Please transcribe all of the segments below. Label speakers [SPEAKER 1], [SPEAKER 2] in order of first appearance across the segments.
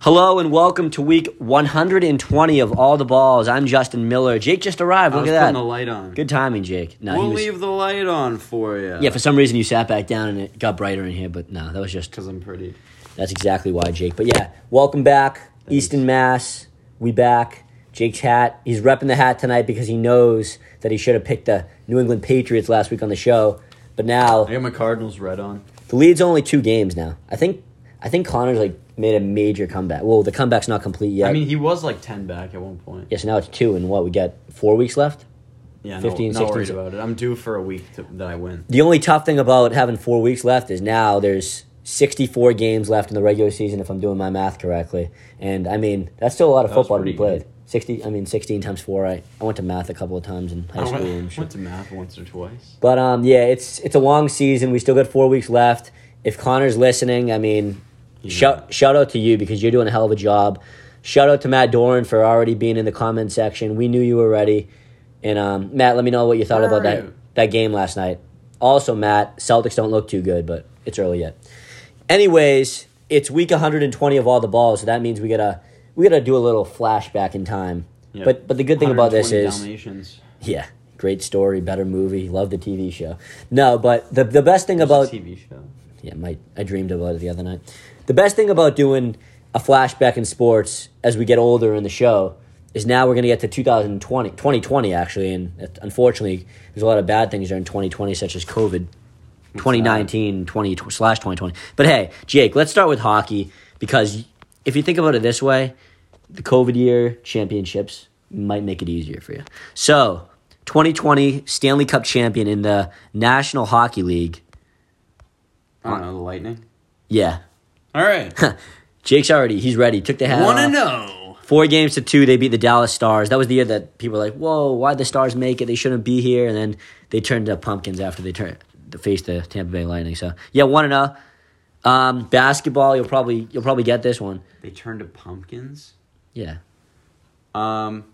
[SPEAKER 1] Hello and welcome to week 120 of All the Balls. I'm Justin Miller. Jake just arrived.
[SPEAKER 2] I
[SPEAKER 1] Look
[SPEAKER 2] was
[SPEAKER 1] at
[SPEAKER 2] putting
[SPEAKER 1] that.
[SPEAKER 2] the light on.
[SPEAKER 1] Good timing, Jake. No, he
[SPEAKER 2] we'll
[SPEAKER 1] was-
[SPEAKER 2] leave the light on for you.
[SPEAKER 1] yeah, for some reason you sat back down and it got brighter in here, but no, that was just
[SPEAKER 2] because I'm pretty.
[SPEAKER 1] that's exactly why, Jake. But yeah, welcome back, Easton Mass. We back. Jake's hat. He's repping the hat tonight because he knows that he should have picked the New England Patriots last week on the show. But now
[SPEAKER 2] I got my Cardinals red on.
[SPEAKER 1] the lead's only two games now. I think I think Connor's like made a major comeback. Well, the comeback's not complete yet.
[SPEAKER 2] I mean, he was like ten back at one point.
[SPEAKER 1] yeah, so now it's two, and what we got four weeks left.
[SPEAKER 2] Yeah,
[SPEAKER 1] 15, 16.
[SPEAKER 2] no, not worried about it. I'm due for a week to, that I win.
[SPEAKER 1] The only tough thing about having four weeks left is now there's 64 games left in the regular season, if I'm doing my math correctly. And I mean, that's still a lot of
[SPEAKER 2] was
[SPEAKER 1] football to be
[SPEAKER 2] pretty
[SPEAKER 1] played.
[SPEAKER 2] good.
[SPEAKER 1] 60, I mean, 16 times four. I, I went to math a couple of times in high
[SPEAKER 2] I
[SPEAKER 1] school.
[SPEAKER 2] went,
[SPEAKER 1] And shit.
[SPEAKER 2] went to math once or twice.
[SPEAKER 1] But um, yeah, it's it's a long season. We still got four weeks left. If Connor's listening, I mean, shout shout out to you because you're doing a hell of a job. Shout out to Matt Doran for already being in the comment section. We knew you were ready. And um, Matt, let me know what you thought
[SPEAKER 2] Where
[SPEAKER 1] about
[SPEAKER 2] are
[SPEAKER 1] that
[SPEAKER 2] you?
[SPEAKER 1] that game last night. Also, Matt, Celtics don't look too good, but it's early yet. Anyways, it's week 120 of all the balls, so that means we gotta we gotta do a little flashback in time.
[SPEAKER 2] Yeah.
[SPEAKER 1] But but the good thing about this
[SPEAKER 2] 120
[SPEAKER 1] is
[SPEAKER 2] Dalmatians.
[SPEAKER 1] yeah, great story, better movie. Love the TV show. No, but the the best thing about
[SPEAKER 2] It's a TV show.
[SPEAKER 1] yeah, my I dreamed about it the other night. The best thing about doing a flashback in sports as we get older in the show is now we're going to get to 2020, 2020 actually, and it- unfortunately, there's a lot of bad things during 2020, such as COVID, 2019, 20 slash 2020. But hey, Jake, let's start with hockey because if you think about it this way, the COVID year championships might make it easier for you. So, 2020 Stanley Cup champion in the National Hockey League.
[SPEAKER 2] I don't know the Lightning.
[SPEAKER 1] Yeah,
[SPEAKER 2] All right,
[SPEAKER 1] Uh, Jake's already. He's ready. Took the hat
[SPEAKER 2] want to
[SPEAKER 1] off.
[SPEAKER 2] know?
[SPEAKER 1] Four games to two, they beat the Dallas Stars. That was the year that people were like, "Whoa, why the Stars make it? They shouldn't be here." And then they turned to pumpkins after they turned to face the Tampa Bay Lightning. So yeah, one and zero. Um, basketball, you'll probably you'll probably get this one.
[SPEAKER 2] They turned to pumpkins.
[SPEAKER 1] Yeah,
[SPEAKER 2] Um,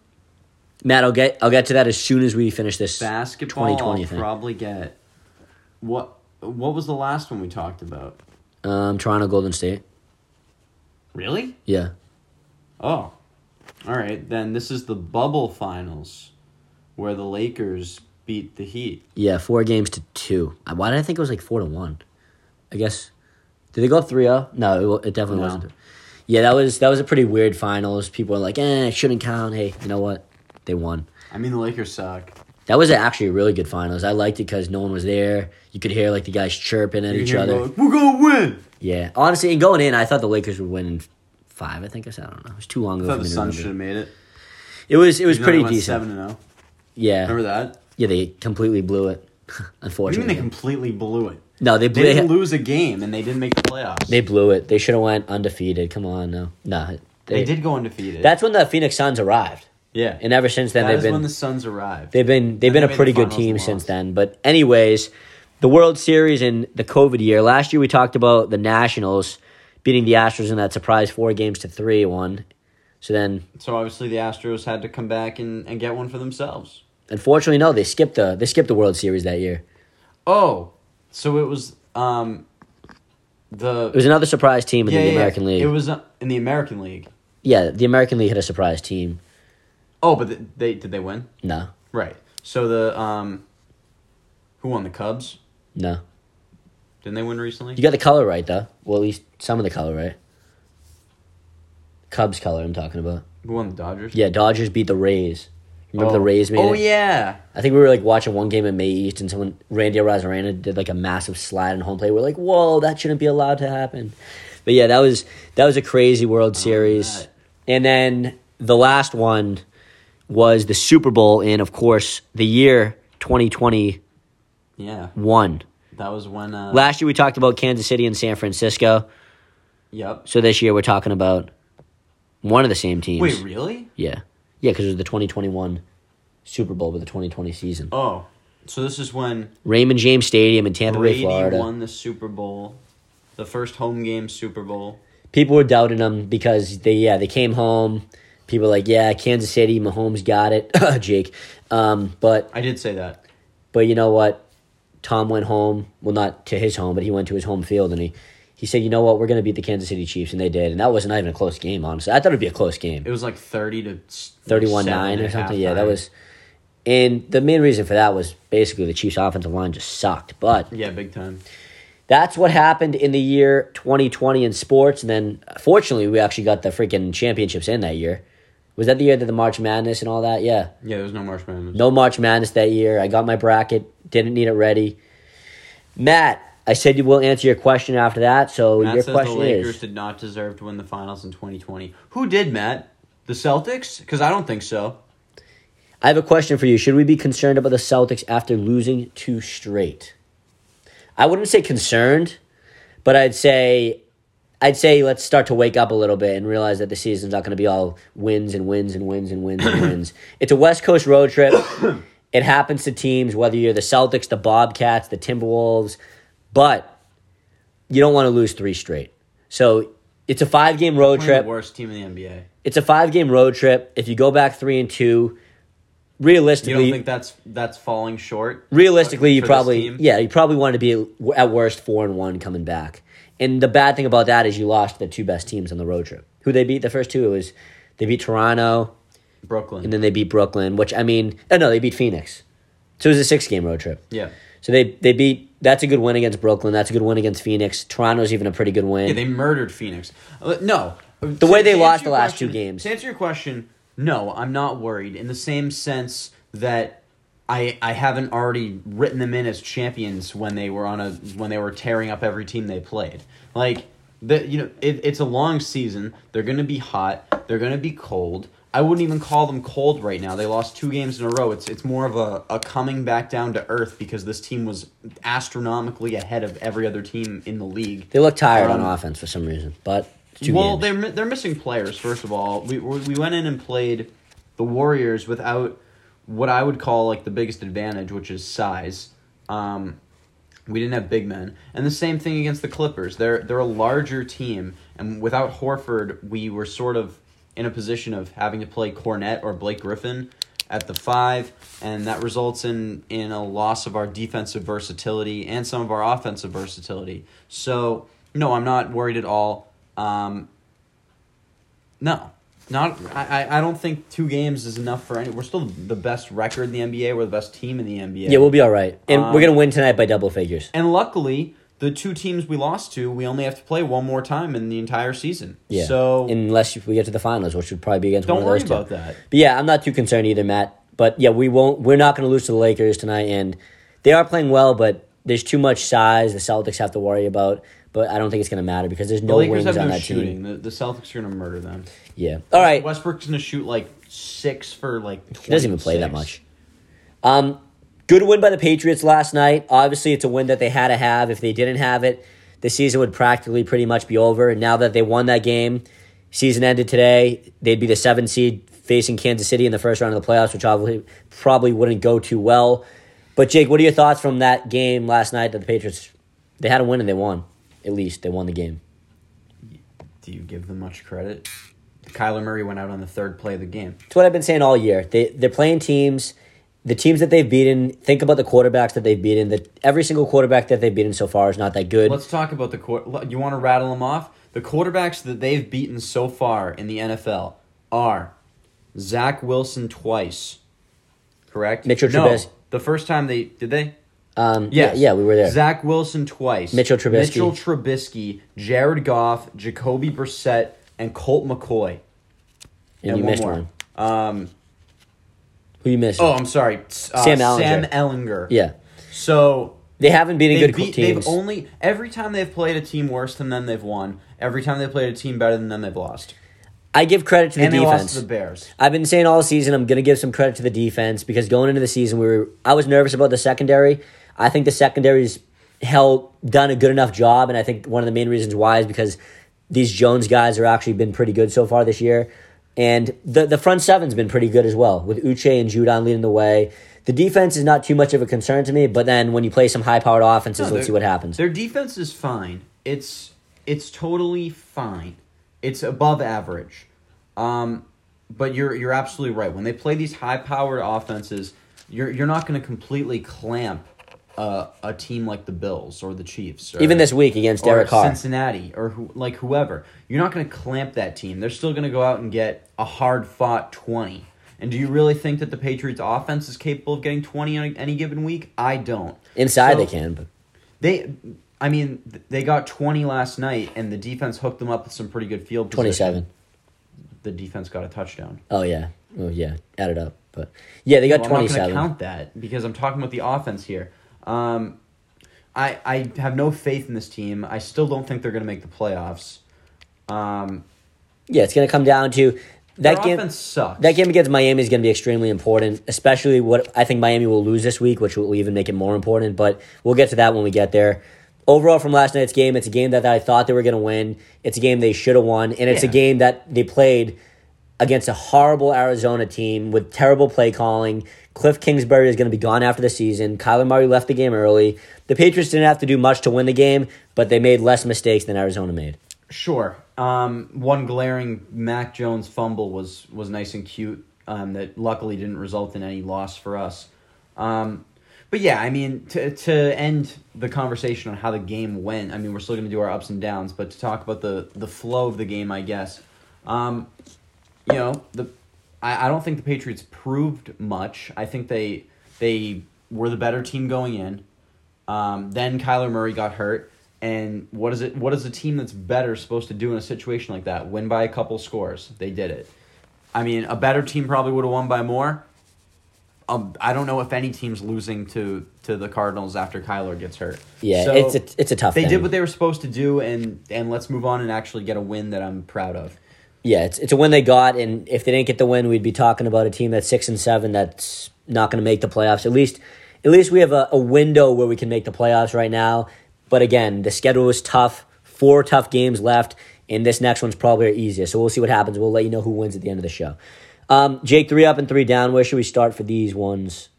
[SPEAKER 1] Matt, I'll get I'll get to that as soon as we finish this.
[SPEAKER 2] basketball.
[SPEAKER 1] 2020
[SPEAKER 2] I'll
[SPEAKER 1] thing.
[SPEAKER 2] probably get. What What was the last one we talked about?
[SPEAKER 1] Um, Toronto Golden State.
[SPEAKER 2] Really?
[SPEAKER 1] Yeah,
[SPEAKER 2] Oh. All right, then this is the bubble finals where the Lakers beat the Heat.
[SPEAKER 1] yeah, four games to two. Uh, Why did I think it was like four to one? I guess did they go up 3-0? No, it, wa- it definitely
[SPEAKER 2] No.
[SPEAKER 1] wasn't. Yeah, that was that was a pretty weird finals. People were like, "Eh, it shouldn't count." Hey, you know what? They won.
[SPEAKER 2] I mean, the Lakers suck.
[SPEAKER 1] That was actually a really good finals. I liked it because no one was there. You could hear like the guys chirping at
[SPEAKER 2] You
[SPEAKER 1] each
[SPEAKER 2] hear
[SPEAKER 1] other.
[SPEAKER 2] them go, We're going to win.
[SPEAKER 1] Yeah, honestly, and going in, I thought the Lakers would win in five. I think I said I don't know. It was too long
[SPEAKER 2] I
[SPEAKER 1] ago.
[SPEAKER 2] thought
[SPEAKER 1] for
[SPEAKER 2] the
[SPEAKER 1] me to
[SPEAKER 2] Sun
[SPEAKER 1] remember.
[SPEAKER 2] should have made it.
[SPEAKER 1] It was it was
[SPEAKER 2] Even though they
[SPEAKER 1] pretty
[SPEAKER 2] went
[SPEAKER 1] decent.
[SPEAKER 2] 7 0.
[SPEAKER 1] Yeah,
[SPEAKER 2] Remember that?
[SPEAKER 1] yeah, they completely blew it.
[SPEAKER 2] What do you
[SPEAKER 1] Unfortunately,
[SPEAKER 2] mean they completely blew it?
[SPEAKER 1] no, they
[SPEAKER 2] They
[SPEAKER 1] blew.
[SPEAKER 2] didn't
[SPEAKER 1] They,
[SPEAKER 2] lose a game and they didn't make the playoffs.
[SPEAKER 1] they blew it. They should have went undefeated. Come on, no, no,
[SPEAKER 2] They did go undefeated.
[SPEAKER 1] That's when the Phoenix Suns arrived,
[SPEAKER 2] yeah.
[SPEAKER 1] and ever since then
[SPEAKER 2] that
[SPEAKER 1] they've
[SPEAKER 2] is
[SPEAKER 1] been
[SPEAKER 2] when the Suns arrived.
[SPEAKER 1] They've been they've
[SPEAKER 2] And they
[SPEAKER 1] been a
[SPEAKER 2] made the
[SPEAKER 1] pretty good
[SPEAKER 2] finals
[SPEAKER 1] team
[SPEAKER 2] and
[SPEAKER 1] since
[SPEAKER 2] lost.
[SPEAKER 1] then. But anyways, the World Series and the COVID year. Last year we talked about the Nationals beating the Astros in that surprise four games to three one. So then,
[SPEAKER 2] so obviously the Astros had to come back and, and get one for themselves.
[SPEAKER 1] unfortunately, no, they skipped the they skipped the World Series that year.
[SPEAKER 2] Oh, so it was um, the.
[SPEAKER 1] It was another surprise team in the American League.
[SPEAKER 2] It was uh, in the American League.
[SPEAKER 1] yeah, the American League had a surprise team.
[SPEAKER 2] Oh, but th- they did they win?
[SPEAKER 1] No,
[SPEAKER 2] Right. So the um, who won the Cubs?
[SPEAKER 1] no,
[SPEAKER 2] Didn't they win recently?
[SPEAKER 1] you got the color right though. Well, at least some of the color right. Cubs color I'm talking about.
[SPEAKER 2] who won the Dodgers?
[SPEAKER 1] Yeah, Dodgers beat the Rays. Remember
[SPEAKER 2] oh.
[SPEAKER 1] the Rays made
[SPEAKER 2] Oh
[SPEAKER 1] it?
[SPEAKER 2] yeah.
[SPEAKER 1] I think we were like watching one game in May East, and someone Randy Rosarena did like a massive slide in home plate. We're like, "Whoa, that shouldn't be allowed to happen." But yeah, that was that was a crazy
[SPEAKER 2] Oh,
[SPEAKER 1] World Series.
[SPEAKER 2] that.
[SPEAKER 1] And then the last one was the Super Bowl, and of course, the year twenty twenty
[SPEAKER 2] Yeah.
[SPEAKER 1] one.
[SPEAKER 2] That was when. Uh,
[SPEAKER 1] Last year we talked about Kansas City and San Francisco,
[SPEAKER 2] yep.
[SPEAKER 1] so this year we're talking about one of the same teams.
[SPEAKER 2] Wait, really?
[SPEAKER 1] yeah, yeah, because it was the twenty twenty one Super Bowl with the twenty twenty season.
[SPEAKER 2] Oh, so this is when
[SPEAKER 1] Raymond James Stadium in Tampa Bay,
[SPEAKER 2] Brady
[SPEAKER 1] Florida.
[SPEAKER 2] won the Super Bowl, the first home game Super Bowl.
[SPEAKER 1] people were doubting him because they yeah they came home. People were like yeah Kansas City Mahomes got it Jake, um, but
[SPEAKER 2] I did say that.
[SPEAKER 1] but you know what, Tom went home. Well, not to his home, but he went to his home field and he he said, "You know what? We're going to beat the Kansas City Chiefs," and they did. And that wasn't even a close game. Honestly, I thought it'd be a close game.
[SPEAKER 2] It was like thirty to
[SPEAKER 1] thirty-one nine or something. Yeah, that was. And the main reason for that was basically the Chiefs' offensive line just sucked. But
[SPEAKER 2] Yeah, big time.
[SPEAKER 1] that's what happened in the year 2020 in sports. And then, fortunately, we actually got the freaking championships in that year. Was that the year that the March Madness and all that? Yeah.
[SPEAKER 2] Yeah, there was no March Madness.
[SPEAKER 1] No March Madness that year. I got my bracket. Didn't need it ready. Matt, I said you will answer your question after that. So
[SPEAKER 2] Matt
[SPEAKER 1] your
[SPEAKER 2] says the
[SPEAKER 1] question
[SPEAKER 2] Lakers
[SPEAKER 1] is
[SPEAKER 2] did not deserve to win the finals in 2020. Who did, Matt? The Celtics? Because I don't think so.
[SPEAKER 1] I have a question for you. Should we be concerned about the Celtics after losing two straight? I wouldn't say concerned, but I'd say I'd say let's start to wake up a little bit and realize that the season's not going to be all wins and wins and wins and wins and wins. It's a West Coast road trip. it happens to teams whether you're the Celtics, the Bobcats, the Timberwolves, but you don't want to lose three straight. So it's a five game road
[SPEAKER 2] Playing
[SPEAKER 1] trip
[SPEAKER 2] the worst team in the NBA.
[SPEAKER 1] it's a five game road trip. If you go back three and two,
[SPEAKER 2] You don't
[SPEAKER 1] realistically,
[SPEAKER 2] think that's that's falling short?
[SPEAKER 1] realistically, you
[SPEAKER 2] for this
[SPEAKER 1] probably
[SPEAKER 2] team?
[SPEAKER 1] yeah, you probably wanted to be at- at worst four and one coming back. And the bad thing about that is you lost the two best teams on the road trip. Who they beat the first two? It was they beat Toronto
[SPEAKER 2] Brooklyn.
[SPEAKER 1] and then they beat Brooklyn. Which I mean, oh no, they beat Phoenix. So it was a six game road trip.
[SPEAKER 2] yeah.
[SPEAKER 1] So they they beat. That's a good win against Brooklyn. That's a good win against Phoenix. Toronto's even a pretty good win.
[SPEAKER 2] Yeah, they murdered Phoenix. Uh, no.
[SPEAKER 1] The way they lost the last
[SPEAKER 2] question,
[SPEAKER 1] two games.
[SPEAKER 2] To answer your question, no, I'm not worried in the same sense that I I haven't already written them in as champions when they were on a when they were tearing up every team they played. Like the you know it, it's a long season. They're going to be hot. They're going to be cold. I wouldn't even call them cold right now. They lost two games in a row. It's it's more of a, a coming back down to earth because this team was astronomically ahead of every other team in the league.
[SPEAKER 1] they look tired
[SPEAKER 2] Um,
[SPEAKER 1] on offense for some reason, but it's two
[SPEAKER 2] Well,
[SPEAKER 1] games.
[SPEAKER 2] they're mi- they're missing players. First of all, we we we went in and played the Warriors without what I would call like the biggest advantage, which is size. Um, we didn't have big men, and the same thing against the Clippers. They're they're a larger team, and without Horford, we were sort of in a position of having to play Cornette or Blake Griffin at the five, and that results in in a loss of our defensive versatility and some of our offensive versatility. So no, I'm not worried at all. Um, no, not. I, I- I don't think two games is enough for any. We're still the best record in the NBA. We're the best team in the NBA.
[SPEAKER 1] Yeah, we'll be all right, and
[SPEAKER 2] Um,
[SPEAKER 1] we're gonna win tonight by double figures.
[SPEAKER 2] And luckily, the two teams we lost to, we only have to play one more time in the entire season.
[SPEAKER 1] Yeah.
[SPEAKER 2] So
[SPEAKER 1] unless we get to the finals, which would probably be against
[SPEAKER 2] don't
[SPEAKER 1] one of
[SPEAKER 2] worry
[SPEAKER 1] those two.
[SPEAKER 2] about that.
[SPEAKER 1] But yeah, I'm not too concerned either, Matt. But yeah, we won't. We're not going to lose to the Lakers tonight, and they are playing well, but there's too much size. The Celtics have to worry about, but I don't think it's going to matter because there's
[SPEAKER 2] The
[SPEAKER 1] no
[SPEAKER 2] Lakers
[SPEAKER 1] wings
[SPEAKER 2] have
[SPEAKER 1] on
[SPEAKER 2] no
[SPEAKER 1] that team.
[SPEAKER 2] shooting. The, the Celtics are gonna murder them.
[SPEAKER 1] Yeah. All right.
[SPEAKER 2] Westbrook's gonna shoot like six for like.
[SPEAKER 1] He doesn't even play that much.
[SPEAKER 2] 26.
[SPEAKER 1] Um, good win by the Patriots last night. Obviously, it's a win that they had to have. If they didn't have it, the season would practically pretty much be over. Now that they won that game, season ended today. They'd be the seven seed facing Kansas City in the first round of the playoffs, which obviously probably wouldn't go too well. But Jake, what are your thoughts from that game last night that the Patriots they had a win and they won? At least they won the game.
[SPEAKER 2] Do you give them much credit? Kyler Murray went out on the third play of the game.
[SPEAKER 1] It's what I've been saying all year. They they're playing teams, the teams that they've beaten. Think about the quarterbacks that they've beaten. That every single quarterback that they've beaten so far is not that good.
[SPEAKER 2] Let's talk about the quarter. You want to rattle them off? The quarterbacks that they've beaten so far in the NFL are Zach Wilson twice, correct?
[SPEAKER 1] Mitchell
[SPEAKER 2] no,
[SPEAKER 1] Trubisky.
[SPEAKER 2] The first time they did they?
[SPEAKER 1] um,
[SPEAKER 2] Yes.
[SPEAKER 1] yeah, yeah, we were there.
[SPEAKER 2] Zach Wilson twice.
[SPEAKER 1] Mitchell Trubisky.
[SPEAKER 2] Mitchell Trubisky, Jared Goff, Jacoby Brissett, and Colt McCoy.
[SPEAKER 1] and you missed
[SPEAKER 2] more.
[SPEAKER 1] one.
[SPEAKER 2] Um,
[SPEAKER 1] Who you missed?
[SPEAKER 2] oh, I'm sorry. Uh,
[SPEAKER 1] Sam
[SPEAKER 2] Sam
[SPEAKER 1] Ellinger.
[SPEAKER 2] Ellinger.
[SPEAKER 1] yeah,
[SPEAKER 2] So
[SPEAKER 1] they haven't beaten
[SPEAKER 2] They've
[SPEAKER 1] good
[SPEAKER 2] beat-
[SPEAKER 1] teams.
[SPEAKER 2] They've only every time they've played a team worse than them, they've won. Every time they played a team better than them, they've lost.
[SPEAKER 1] I give credit to the
[SPEAKER 2] and they
[SPEAKER 1] defense.
[SPEAKER 2] lost to the Bears.
[SPEAKER 1] I've been saying all season I'm gonna give some credit to the defense because going into the season we were I was nervous about the secondary. I think the secondary's held done a good enough job, and I think one of the main reasons why is because these Jones guys are actually been pretty good so far this year, and the the front seven's been pretty good as well with Uche and Judon leading the way. The defense is not too much of a concern to me, but then when you play some high powered offenses, let's
[SPEAKER 2] No, their-
[SPEAKER 1] see what happens.
[SPEAKER 2] Their defense is fine. It's it's totally fine. It's above average. Um, but you're you're absolutely right. When they play these high powered offenses, you're you're not going to completely clamp a, a team like the Bills or the Chiefs, or,
[SPEAKER 1] Even this week against
[SPEAKER 2] or
[SPEAKER 1] Derek Carr.
[SPEAKER 2] Cincinnati, or who, like whoever, you're not going to clamp that team. They're still going to go out and get a hard fought twenty. And do you really think that the Patriots' offense is capable of getting twenty on any given week? I don't.
[SPEAKER 1] Inside
[SPEAKER 2] So-
[SPEAKER 1] they can, but
[SPEAKER 2] they, I mean, th- they got 20 last night, and the defense hooked them up with some pretty good field position.
[SPEAKER 1] 27.
[SPEAKER 2] The defense got a touchdown.
[SPEAKER 1] Oh yeah, oh yeah, add it up. But yeah, they got
[SPEAKER 2] Well, I'm not going to
[SPEAKER 1] 27.
[SPEAKER 2] count that because I'm talking about the offense here. Um, I, I have no faith in this team. I still don't think they're going to make the playoffs. Um,
[SPEAKER 1] Yeah, it's gonna come down to
[SPEAKER 2] their
[SPEAKER 1] that game.
[SPEAKER 2] offense sucks.
[SPEAKER 1] That game against Miami is going to be extremely important, especially what I think Miami will lose this week, which will even make it more important. But we'll get to that when we get there. Overall, from last night's game, it's a game that I thought they were going to win. It's a game they should have won, and it's a
[SPEAKER 2] Yeah.
[SPEAKER 1] game that they played against a horrible Arizona team with terrible play calling. Cliff Kingsbury is going to be gone after the season. Kyler Murray left the game early. The Patriots didn't have to do much to win the game, but they made less mistakes than Arizona made.
[SPEAKER 2] Sure. Um, one glaring Mac Jones fumble was was nice and cute. Um, that luckily didn't result in any loss for us. Um, but yeah, I mean, to to end the conversation on how the game went, I mean, we're still going to do our ups and downs, but to talk about the the flow of the game, I guess. Um, you know the I, I don't think the Patriots proved much. I think they they were the better team going in. Um, then Kyler Murray got hurt, and what is it? What is a team that's better supposed to do in a situation like that? Win by a couple scores. They did it. I mean, a better team probably would have won by more. Um, I don't know if any team's losing to to the Cardinals after Kyler gets hurt.
[SPEAKER 1] Yeah,
[SPEAKER 2] So
[SPEAKER 1] it's a it's a tough.
[SPEAKER 2] they
[SPEAKER 1] thing.
[SPEAKER 2] did what they were supposed to do, and and let's move on and actually get a win that I'm proud of.
[SPEAKER 1] Yeah, it's it's a win they got, and if they didn't get the win, we'd be talking about a team that's six and seven that's not going to make the playoffs. At least, at least we have a, a window where we can make the playoffs right now. But again, the schedule is tough. Four tough games left, and this next one's probably our easiest. So we'll see what happens. We'll let you know who wins at the end of the show. Um, Jake, three up and three down. Where should we start for these ones?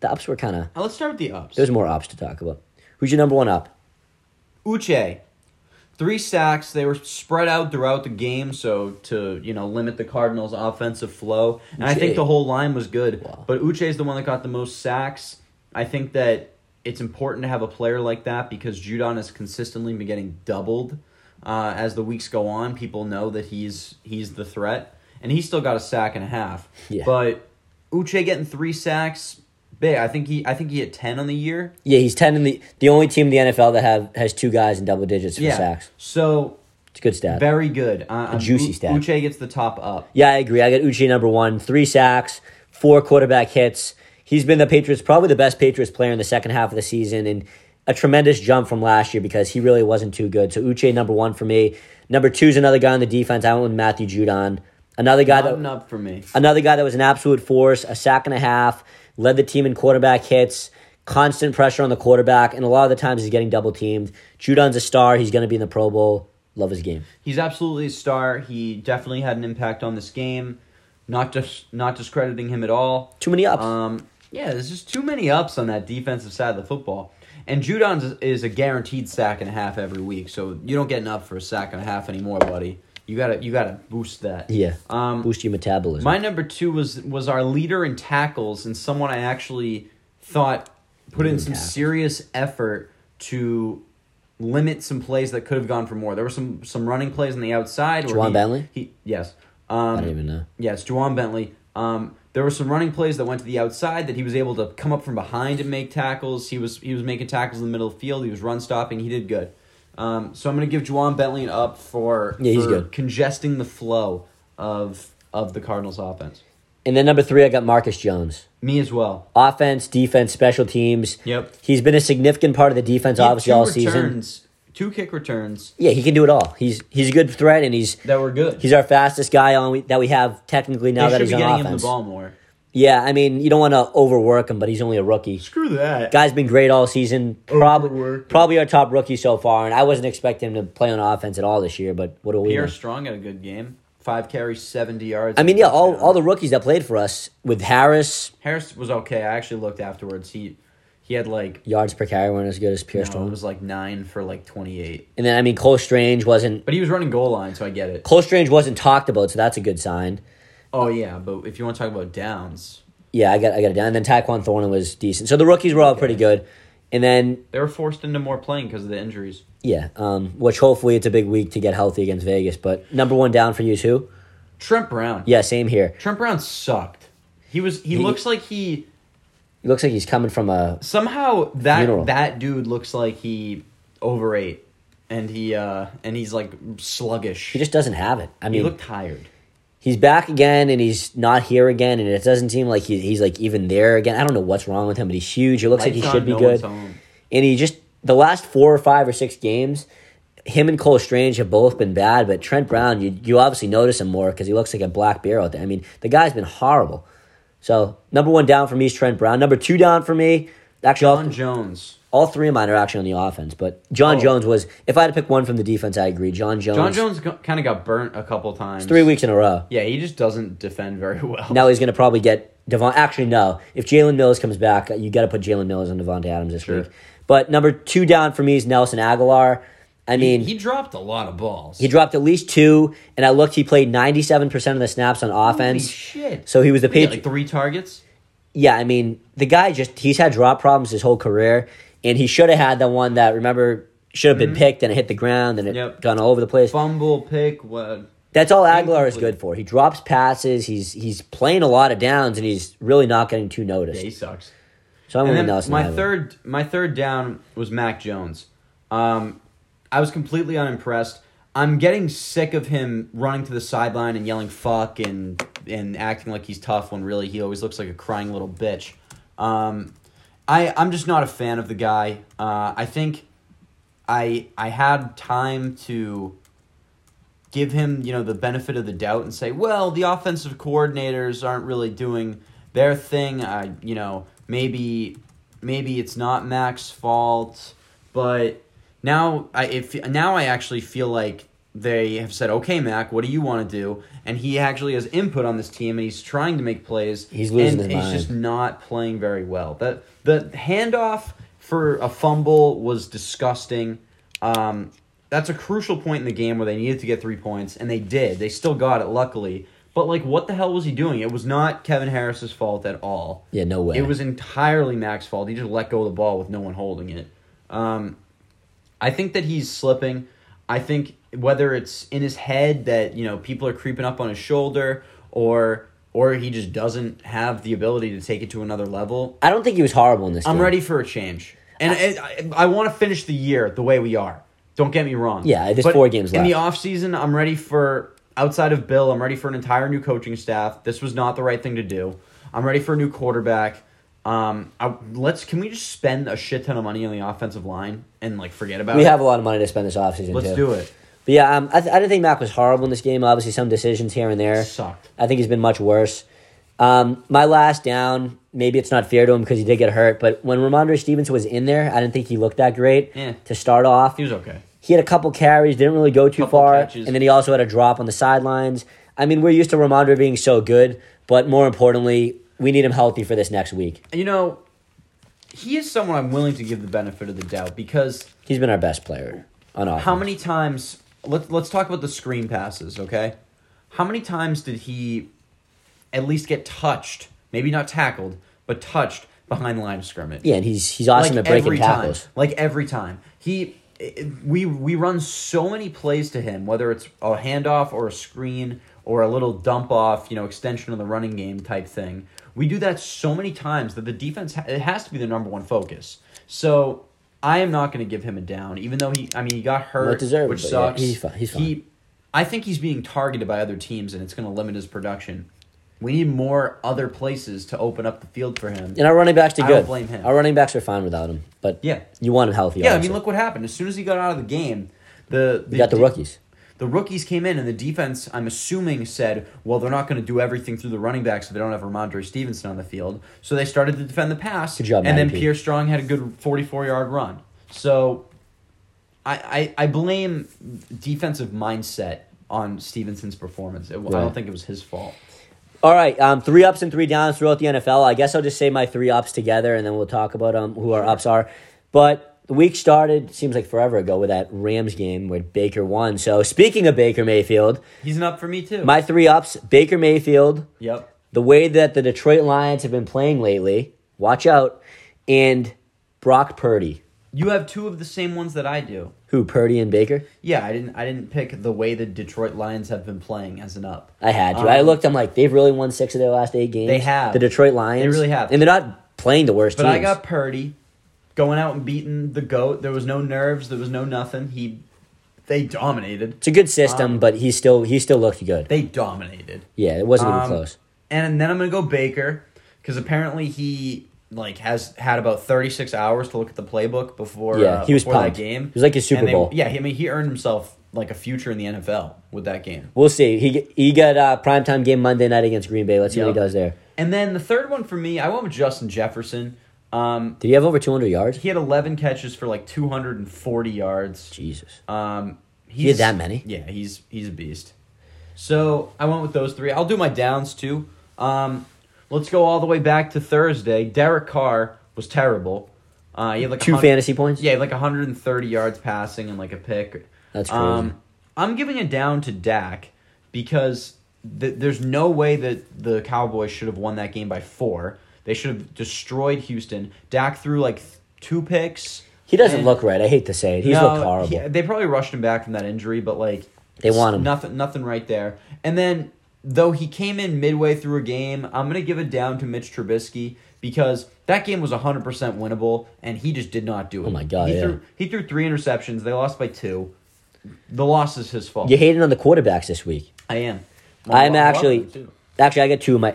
[SPEAKER 1] The ups were kind of.
[SPEAKER 2] Now let's start with the ups.
[SPEAKER 1] There's more ups to talk about. Who's your number one up?
[SPEAKER 2] Uche, three sacks. They were spread out throughout the game, so to you know limit the Cardinals' offensive flow. And I
[SPEAKER 1] Uche.
[SPEAKER 2] think the whole line was good.
[SPEAKER 1] Wow.
[SPEAKER 2] But Uche is the one that got the most sacks. I think that it's important to have a player like that because Judon has consistently been getting doubled uh, as the weeks go on. People know that he's he's the threat, and he still got a sack and a half.
[SPEAKER 1] Yeah.
[SPEAKER 2] But Uche getting three sacks. Big. I think he. I think he had ten on the year.
[SPEAKER 1] Yeah, he's ten in the the only team in the NFL that have has two guys in double digits for
[SPEAKER 2] Yeah.
[SPEAKER 1] sacks.
[SPEAKER 2] So
[SPEAKER 1] It's a good stat.
[SPEAKER 2] Very good. Uh, um,
[SPEAKER 1] juicy
[SPEAKER 2] U-
[SPEAKER 1] stat.
[SPEAKER 2] Uche gets the top up.
[SPEAKER 1] Yeah, I agree. I got Uche number one, three sacks, four quarterback hits. He's been the Patriots, probably the best Patriots player in the second half of the season, and a tremendous jump from last year because he really wasn't too good. So Uche number one for me. Number two is another guy on the defense. I went with Matthew Judon, another guy that
[SPEAKER 2] Button up for me.
[SPEAKER 1] another guy that was an absolute force, a sack and a half, led the team in quarterback hits, constant pressure on the quarterback, and a lot of the times he's getting double teamed. Judon's a star. He's going to be in the Pro Bowl. Love his game.
[SPEAKER 2] He's absolutely a star. He definitely had an impact on this game. Not just not discrediting him at all.
[SPEAKER 1] Too many ups.
[SPEAKER 2] Um, yeah, there's just too many ups on that defensive side of the football. And Judon is, is a guaranteed sack and a half every week, so you don't get enough for a sack and a half anymore, buddy. You gotta you gotta boost that.
[SPEAKER 1] yeah.
[SPEAKER 2] Um,
[SPEAKER 1] Boost your metabolism.
[SPEAKER 2] My number two was was our leader in tackles and someone I actually thought put in some
[SPEAKER 1] tackles.
[SPEAKER 2] serious effort to limit some plays that could have gone for more. There were some some running plays on the outside. where
[SPEAKER 1] Juwan
[SPEAKER 2] he-
[SPEAKER 1] Bentley?
[SPEAKER 2] He yes.
[SPEAKER 1] I don't
[SPEAKER 2] Um,
[SPEAKER 1] even know.
[SPEAKER 2] yeah, it's Juwan Bentley. Um, there were some running plays that went to the outside that he was able to come up from behind and make tackles. He was he was making tackles in the middle of the field. He was run stopping. He did good. Um, so I'm gonna give Juwan Bentley an up for
[SPEAKER 1] Yeah, he's
[SPEAKER 2] for
[SPEAKER 1] good.
[SPEAKER 2] congesting the flow of of the Cardinals offense.
[SPEAKER 1] And then number three, I got Marcus Jones.
[SPEAKER 2] Me as well.
[SPEAKER 1] Offense, defense, special teams.
[SPEAKER 2] Yep.
[SPEAKER 1] He's been a significant part of the defense, obviously, all season.
[SPEAKER 2] season. Two kick returns
[SPEAKER 1] Yeah, he can do it all. He's he's a good threat, and he's
[SPEAKER 2] that were good.
[SPEAKER 1] he's our fastest guy on that we have technically now
[SPEAKER 2] they
[SPEAKER 1] that
[SPEAKER 2] should
[SPEAKER 1] he's
[SPEAKER 2] be
[SPEAKER 1] on
[SPEAKER 2] getting
[SPEAKER 1] offense.
[SPEAKER 2] him the ball more.
[SPEAKER 1] Yeah, I mean, you don't want to overwork him, but he's only a rookie.
[SPEAKER 2] Screw that.
[SPEAKER 1] Guy's been great all season. Probably,
[SPEAKER 2] Overwork him.
[SPEAKER 1] probably our top rookie so far, and I wasn't expecting him to play on offense at all this year. But what do we?
[SPEAKER 2] Pierre
[SPEAKER 1] know?
[SPEAKER 2] Strong had a good game. Five carries, seventy yards.
[SPEAKER 1] I mean, yeah, all, all the rookies that played for us with Harris
[SPEAKER 2] Harris was okay. I actually looked afterwards. He he had like
[SPEAKER 1] yards per carry weren't as good as Pierre
[SPEAKER 2] No, it
[SPEAKER 1] Strong,
[SPEAKER 2] was like nine for like twenty eight.
[SPEAKER 1] and then I mean, Cole Strange wasn't
[SPEAKER 2] But he was running goal line, so I get it.
[SPEAKER 1] Cole Strange wasn't talked about, so that's a good sign.
[SPEAKER 2] Oh yeah, but if you want to talk about downs,
[SPEAKER 1] yeah, I got I got it down. And then Taquan Thornton was decent. So the rookies were all pretty good. And then
[SPEAKER 2] They were forced into more playing because of the injuries.
[SPEAKER 1] yeah, um, which hopefully it's a big week to get healthy against Vegas. But number one down for you too.
[SPEAKER 2] Trent Brown.
[SPEAKER 1] Yeah, same here.
[SPEAKER 2] Trent Brown sucked. He was.
[SPEAKER 1] He-
[SPEAKER 2] He, looks like he
[SPEAKER 1] It looks like he's coming from a
[SPEAKER 2] somehow that
[SPEAKER 1] Funeral.
[SPEAKER 2] that dude looks like he overate, and he uh and he's like sluggish.
[SPEAKER 1] he just doesn't have it. I
[SPEAKER 2] he
[SPEAKER 1] mean,
[SPEAKER 2] looked tired.
[SPEAKER 1] he's back again and he's not here again, and it doesn't seem like he's he's like even there again. I don't know what's wrong with him, but he's huge. It looks like he
[SPEAKER 2] Lights
[SPEAKER 1] should
[SPEAKER 2] on,
[SPEAKER 1] be
[SPEAKER 2] no
[SPEAKER 1] good.
[SPEAKER 2] one's home.
[SPEAKER 1] and he just the last four or five or six games, him and Cole Strange have both been bad. But Trent Brown, you you obviously notice him more because he looks like a black bear out there. I mean, the guy's been horrible. So number one down for me is Trent Brown. Number two down for me, actually, all,
[SPEAKER 2] John Jones.
[SPEAKER 1] all three of mine are actually on the offense. But John
[SPEAKER 2] Oh.
[SPEAKER 1] Jones was, if I had to pick one from the defense, I agree. John Jones,
[SPEAKER 2] John Jones kind of got burnt a couple times.
[SPEAKER 1] three weeks in a row.
[SPEAKER 2] Yeah, he just doesn't defend very well.
[SPEAKER 1] Now he's going to probably get Devon. Actually, no. If Jalen Mills comes back, uh, you got to put Jalen Mills on Devontae Adams this
[SPEAKER 2] Sure.
[SPEAKER 1] week. But number two down for me is Nelson Aguilar. I mean,
[SPEAKER 2] he dropped a lot of balls.
[SPEAKER 1] He dropped at least two, and I looked. He played ninety seven percent of the snaps on
[SPEAKER 2] Holy
[SPEAKER 1] offense.
[SPEAKER 2] shit.
[SPEAKER 1] So he was the
[SPEAKER 2] He had,
[SPEAKER 1] Patri-
[SPEAKER 2] like three targets.
[SPEAKER 1] yeah, I mean, the guy just he's had drop problems his whole career, and he should have had the one that remember should have been picked and it hit the ground and it
[SPEAKER 2] Mm-hmm. Yep.
[SPEAKER 1] gone all over the place.
[SPEAKER 2] Fumble, pick, what?
[SPEAKER 1] That's all Aguilar is
[SPEAKER 2] Incomplete.
[SPEAKER 1] good for. He drops passes. He's he's playing a lot of downs, and he's really not getting too noticed.
[SPEAKER 2] Yeah, he sucks.
[SPEAKER 1] so I'm
[SPEAKER 2] And
[SPEAKER 1] going
[SPEAKER 2] then
[SPEAKER 1] with Nelson.
[SPEAKER 2] my
[SPEAKER 1] Aguilar.
[SPEAKER 2] third, my third down was Mac Jones. Um, I was completely unimpressed. I'm getting sick of him running to the sideline and yelling "fuck" and and acting like he's tough when really he always looks like a crying little bitch. Um, I I'm just not a fan of the guy. Uh, I think I I had time to give him you know the benefit of the doubt and say, well, the offensive coordinators aren't really doing their thing. I you know maybe maybe it's not Mac's fault, but now I if now I actually feel like they have said, okay, Mac, what do you want to do? And he actually has input on this team, and he's trying to make plays.
[SPEAKER 1] He's losing
[SPEAKER 2] and
[SPEAKER 1] his
[SPEAKER 2] He's
[SPEAKER 1] mind.
[SPEAKER 2] just not playing very well. That the handoff for a fumble was disgusting. Um, that's a crucial point in the game where they needed to get three points, and they did. They still got it, luckily. But like, what the hell was he doing? It was not Kevin Harris's fault at all.
[SPEAKER 1] yeah, no way.
[SPEAKER 2] It was entirely Mac's fault. He just let go of the ball with no one holding it. Um, I think that he's slipping. I think whether it's in his head that you know people are creeping up on his shoulder, or or he just doesn't have the ability to take it to another level.
[SPEAKER 1] I don't think he was horrible in this.
[SPEAKER 2] I'm
[SPEAKER 1] game.
[SPEAKER 2] ready for a change, and I, I, I want to finish the year the way we are. Don't get me wrong.
[SPEAKER 1] Yeah, there's
[SPEAKER 2] But
[SPEAKER 1] four games
[SPEAKER 2] in the
[SPEAKER 1] left.
[SPEAKER 2] off season. I'm ready for outside of Bill. I'm ready for an entire new coaching staff. This was not the right thing to do. I'm ready for a new quarterback. Um, I, let's can we just spend a shit ton of money on the offensive line and like forget about
[SPEAKER 1] We
[SPEAKER 2] it?
[SPEAKER 1] have a lot of money to spend this offseason.
[SPEAKER 2] let's
[SPEAKER 1] too.
[SPEAKER 2] do it.
[SPEAKER 1] But yeah, um, I, th- I didn't think Mac was horrible in this game. Obviously, some decisions here and there.
[SPEAKER 2] Sucked.
[SPEAKER 1] I think he's been much worse. Um, my last down, maybe it's not fair to him because he did get hurt, but when Ramondre Stevens was in there, I didn't think he looked that great
[SPEAKER 2] Yeah.
[SPEAKER 1] to start off.
[SPEAKER 2] He was okay.
[SPEAKER 1] He had a couple carries, didn't really go too
[SPEAKER 2] Couple
[SPEAKER 1] far,
[SPEAKER 2] catches.
[SPEAKER 1] and then he also had a drop on the sidelines. I mean, we're used to Ramondre being so good, but more importantly, we need him healthy for this next week.
[SPEAKER 2] You know, he is someone I'm willing to give the benefit of the doubt because
[SPEAKER 1] He's been our best player on offense.
[SPEAKER 2] how many times let, let's talk about the screen passes okay how many times did he at least get touched maybe not tackled but touched behind the line of scrimmage
[SPEAKER 1] yeah, and he's he's awesome at breaking tackles.
[SPEAKER 2] time. Like every time he, it- we we run so many plays to him, whether it's a handoff or a screen or a little dump off, you know, extension of the running game type thing. We do that so many times that the defense ha- it has to be their number one focus. So I am not going to give him a down, even though he. I mean, he got hurt,
[SPEAKER 1] deserved,
[SPEAKER 2] which
[SPEAKER 1] but yeah,
[SPEAKER 2] sucks.
[SPEAKER 1] he's fi- he's
[SPEAKER 2] He, I think he's being targeted by other teams, and it's going to limit his production. We need more other places to open up the field for him.
[SPEAKER 1] And our running backs are
[SPEAKER 2] I
[SPEAKER 1] good.
[SPEAKER 2] don't blame him.
[SPEAKER 1] Our running backs are fine without him. But
[SPEAKER 2] Yeah.
[SPEAKER 1] you want him healthy.
[SPEAKER 2] Yeah, I
[SPEAKER 1] obviously.
[SPEAKER 2] mean, look what happened. As soon as he got out of the game, the,
[SPEAKER 1] you got the
[SPEAKER 2] de-
[SPEAKER 1] rookies.
[SPEAKER 2] The rookies came in, and the defense, I'm assuming, said, "Well, they're not going to do everything through the running back, so they don't have Ramondre Stevenson on the field." So they started to defend the pass,
[SPEAKER 1] Good job,
[SPEAKER 2] and then
[SPEAKER 1] Matty P.
[SPEAKER 2] Pierre Strong had a good 44 yard run. So, I, I I blame defensive mindset on Stevenson's performance. It, I
[SPEAKER 1] Right.
[SPEAKER 2] don't think it was his fault.
[SPEAKER 1] All right, um, three ups and three downs throughout the NFL. I guess I'll just say my three ups together, and then we'll talk about um, who our ups are. But the week started seems like forever ago with that Rams game where Baker won. So speaking of Baker Mayfield,
[SPEAKER 2] He's an up for me too.
[SPEAKER 1] my three ups: Baker Mayfield,
[SPEAKER 2] yep.
[SPEAKER 1] the way that the Detroit Lions have been playing lately, watch out, and Brock Purdy.
[SPEAKER 2] You have two of the same ones that I do.
[SPEAKER 1] Who, Purdy and Baker?
[SPEAKER 2] Yeah, I didn't. I didn't pick the way the Detroit Lions have been playing as an up.
[SPEAKER 1] I had to.
[SPEAKER 2] Um,
[SPEAKER 1] I looked, I'm like, they've really won six of their last eight games.
[SPEAKER 2] They have.
[SPEAKER 1] The Detroit Lions.
[SPEAKER 2] They really have.
[SPEAKER 1] And they're not playing the worst
[SPEAKER 2] But
[SPEAKER 1] teams.
[SPEAKER 2] I got Purdy going out and beating the goat. There was no nerves. There was no nothing. He, they dominated.
[SPEAKER 1] it's a good system,
[SPEAKER 2] Um,
[SPEAKER 1] but he still he still looked good.
[SPEAKER 2] They dominated.
[SPEAKER 1] Yeah, it wasn't even
[SPEAKER 2] Um,
[SPEAKER 1] close.
[SPEAKER 2] And then I'm gonna go Baker because apparently he like has had about 36 hours to look at the playbook before.
[SPEAKER 1] Yeah,
[SPEAKER 2] uh,
[SPEAKER 1] he was
[SPEAKER 2] before that
[SPEAKER 1] pumped.
[SPEAKER 2] game.
[SPEAKER 1] It was like his Super
[SPEAKER 2] And they-
[SPEAKER 1] Bowl.
[SPEAKER 2] Yeah, he- I mean he earned himself like a future in the NFL with that game.
[SPEAKER 1] We'll see. He he got uh, primetime game Monday night against Green Bay. Let's see what he
[SPEAKER 2] Yeah.
[SPEAKER 1] does there.
[SPEAKER 2] And then the third one for me, I went with Justin Jefferson. Um,
[SPEAKER 1] Did he have over 200 yards?
[SPEAKER 2] he had 11 catches for like 240 yards.
[SPEAKER 1] Jesus.
[SPEAKER 2] Um, he's,
[SPEAKER 1] had that many?
[SPEAKER 2] Yeah, he's he's a beast. So I went with those three. I'll do my downs too. Um, let's go all the way back to Thursday. Derek Carr was terrible. Uh, he had like a
[SPEAKER 1] Two
[SPEAKER 2] hun-
[SPEAKER 1] fantasy points?
[SPEAKER 2] Yeah, he had like 130 yards passing and like a pick.
[SPEAKER 1] That's crazy.
[SPEAKER 2] Um, I'm giving it down to Dak because th- there's no way that the Cowboys should have won that game by four. They should have destroyed Houston. Dak threw like th- two picks.
[SPEAKER 1] He doesn't
[SPEAKER 2] and-
[SPEAKER 1] look right. I hate to say it. He's
[SPEAKER 2] no,
[SPEAKER 1] looked horrible.
[SPEAKER 2] he- they probably rushed him back from that injury, but like
[SPEAKER 1] They want him.
[SPEAKER 2] Nothing, nothing right there. And then though he came in midway through a game, I'm gonna give it down to Mitch Trubisky because that game was 100 percent winnable, and he just did not do it. Oh
[SPEAKER 1] my God,
[SPEAKER 2] He
[SPEAKER 1] yeah.
[SPEAKER 2] threw he threw three interceptions. They lost by two. The loss is his fault.
[SPEAKER 1] You're hating on the quarterbacks this week.
[SPEAKER 2] I am.
[SPEAKER 1] I'm actually, actually, I got two of my.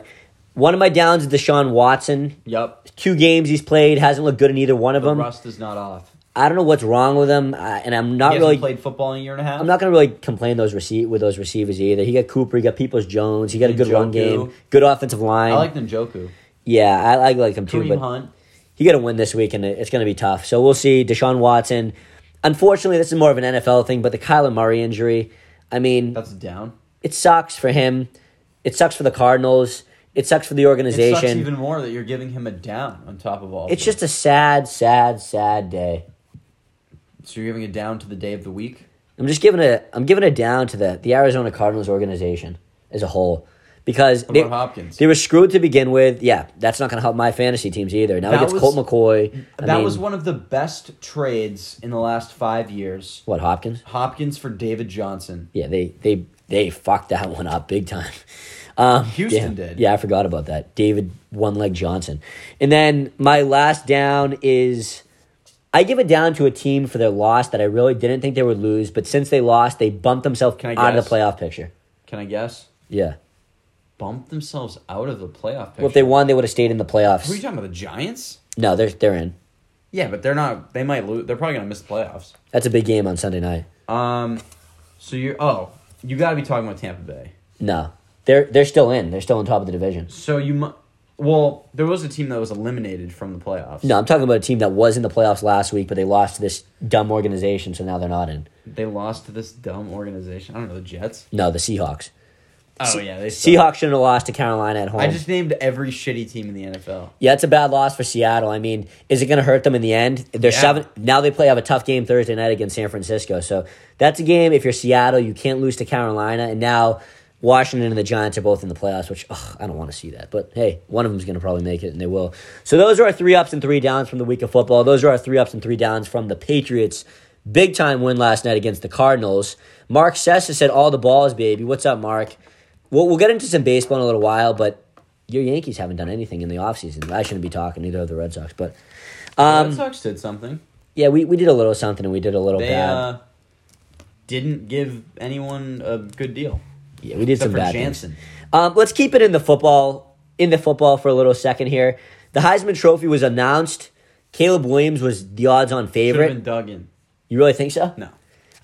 [SPEAKER 1] One of my downs is Deshaun Watson.
[SPEAKER 2] Yep.
[SPEAKER 1] Two games he's played hasn't looked good in either one of
[SPEAKER 2] The
[SPEAKER 1] them.
[SPEAKER 2] rust is not off.
[SPEAKER 1] I don't know what's wrong with him, I, and I'm
[SPEAKER 2] He
[SPEAKER 1] not
[SPEAKER 2] hasn't
[SPEAKER 1] really.
[SPEAKER 2] played football in a year and a half.
[SPEAKER 1] I'm not gonna really complain those receive with those receivers either. He got Cooper, he got Peoples Jones, he got a good run
[SPEAKER 2] Njoku.
[SPEAKER 1] game, good offensive line.
[SPEAKER 2] I like Njoku.
[SPEAKER 1] yeah, I, I like him too,
[SPEAKER 2] Kareem
[SPEAKER 1] but
[SPEAKER 2] Hunt.
[SPEAKER 1] he got to win this week, and it- it's going to be tough. So we'll see. Deshaun Watson. Unfortunately, this is more of an NFL thing, but the Kyler Murray injury. I mean,
[SPEAKER 2] That's down.
[SPEAKER 1] it sucks for him. It sucks for the Cardinals. It sucks for the
[SPEAKER 2] It sucks
[SPEAKER 1] organization.
[SPEAKER 2] even more that you're giving him a down on top of all.
[SPEAKER 1] it's
[SPEAKER 2] this.
[SPEAKER 1] just a sad, sad, sad day.
[SPEAKER 2] so you're giving a down to the day of the week.
[SPEAKER 1] I'm just giving a I'm giving a down to the the Arizona Cardinals organization as a whole because
[SPEAKER 2] What
[SPEAKER 1] they,
[SPEAKER 2] about Hopkins?
[SPEAKER 1] they were screwed to begin with. Yeah, that's not going to help my fantasy teams either. Now
[SPEAKER 2] That
[SPEAKER 1] it gets
[SPEAKER 2] was-
[SPEAKER 1] Colt McCoy. I
[SPEAKER 2] that
[SPEAKER 1] mean,
[SPEAKER 2] was one of the best trades in the last five years.
[SPEAKER 1] what Hopkins.
[SPEAKER 2] Hopkins for David Johnson.
[SPEAKER 1] Yeah, they they they fucked that one up big time. Um,
[SPEAKER 2] Houston
[SPEAKER 1] damn.
[SPEAKER 2] did.
[SPEAKER 1] Yeah, I forgot about that. David One Leg Johnson, and then my last down is I give it down to a team for their loss that I really didn't think they would lose, but since they lost, they bumped themselves
[SPEAKER 2] Can I
[SPEAKER 1] out of the
[SPEAKER 2] guess?
[SPEAKER 1] playoff picture.
[SPEAKER 2] Can I guess?
[SPEAKER 1] Yeah,
[SPEAKER 2] Bumped themselves out of the playoff picture.
[SPEAKER 1] well, if they won, they would have stayed in the
[SPEAKER 2] Who are you
[SPEAKER 1] playoffs.
[SPEAKER 2] talking about? The Giants?
[SPEAKER 1] No, they're they're in.
[SPEAKER 2] Yeah, but they're not. They might lose. They're probably gonna miss the playoffs.
[SPEAKER 1] That's a big game on Sunday night.
[SPEAKER 2] Um, so you're. Oh, you got to be talking about Tampa Bay.
[SPEAKER 1] No, they're they're still in. They're still on top of the division.
[SPEAKER 2] So you. Mu- well, there was a team that was eliminated from the playoffs.
[SPEAKER 1] No, I'm talking about a team that was in the playoffs last week, but they lost to this dumb organization, so now they're not in.
[SPEAKER 2] They lost to this dumb organization. I don't know the Jets.
[SPEAKER 1] No, the Seahawks.
[SPEAKER 2] Oh yeah, they suck.
[SPEAKER 1] Seahawks shouldn't have lost to Carolina at home.
[SPEAKER 2] I just named every shitty team in the NFL.
[SPEAKER 1] yeah, it's a bad loss for Seattle. I mean, is it going to hurt them in the end? They're
[SPEAKER 2] Yeah.
[SPEAKER 1] seven now. They play have a tough game Thursday night against San Francisco. So that's a game. If you're Seattle, you can't lose to Carolina, and now Washington and the Giants are both in the playoffs. Which ugh, I don't want to see that. But hey, one of them's going to probably make it, and they will. So those are our three ups and three downs from the week of football. Those are our three ups and three downs from the Patriots. Big time win last night against the Cardinals. Mark Sessa said, "All the balls, baby." What's up, Mark? We'll, we'll get into some baseball in a little while, but your Yankees haven't done anything in the offseason. I shouldn't be talking, neither of the Red Sox. But
[SPEAKER 2] The
[SPEAKER 1] um,
[SPEAKER 2] Red Sox did something.
[SPEAKER 1] yeah, we, we did a little something and we did a little
[SPEAKER 2] They
[SPEAKER 1] bad.
[SPEAKER 2] uh, didn't give anyone a good deal.
[SPEAKER 1] yeah, we did
[SPEAKER 2] Except
[SPEAKER 1] some
[SPEAKER 2] for
[SPEAKER 1] bad things.
[SPEAKER 2] Jansen.
[SPEAKER 1] Um, let's keep it in the football in the football for a little second here. The Heisman Trophy was announced. Caleb Williams was the odds-on
[SPEAKER 2] Should
[SPEAKER 1] favorite.
[SPEAKER 2] have been Duggan.
[SPEAKER 1] you really think so?
[SPEAKER 2] No.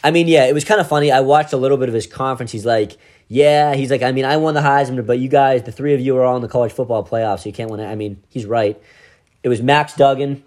[SPEAKER 1] I mean, yeah, it was kind of funny. I watched a little bit of his conference. He's like, yeah, he's like, I mean, I won the Heisman, but you guys, the three of you are all in the college football playoff, so you can't win it. I mean, he's right. It was Max Duggan,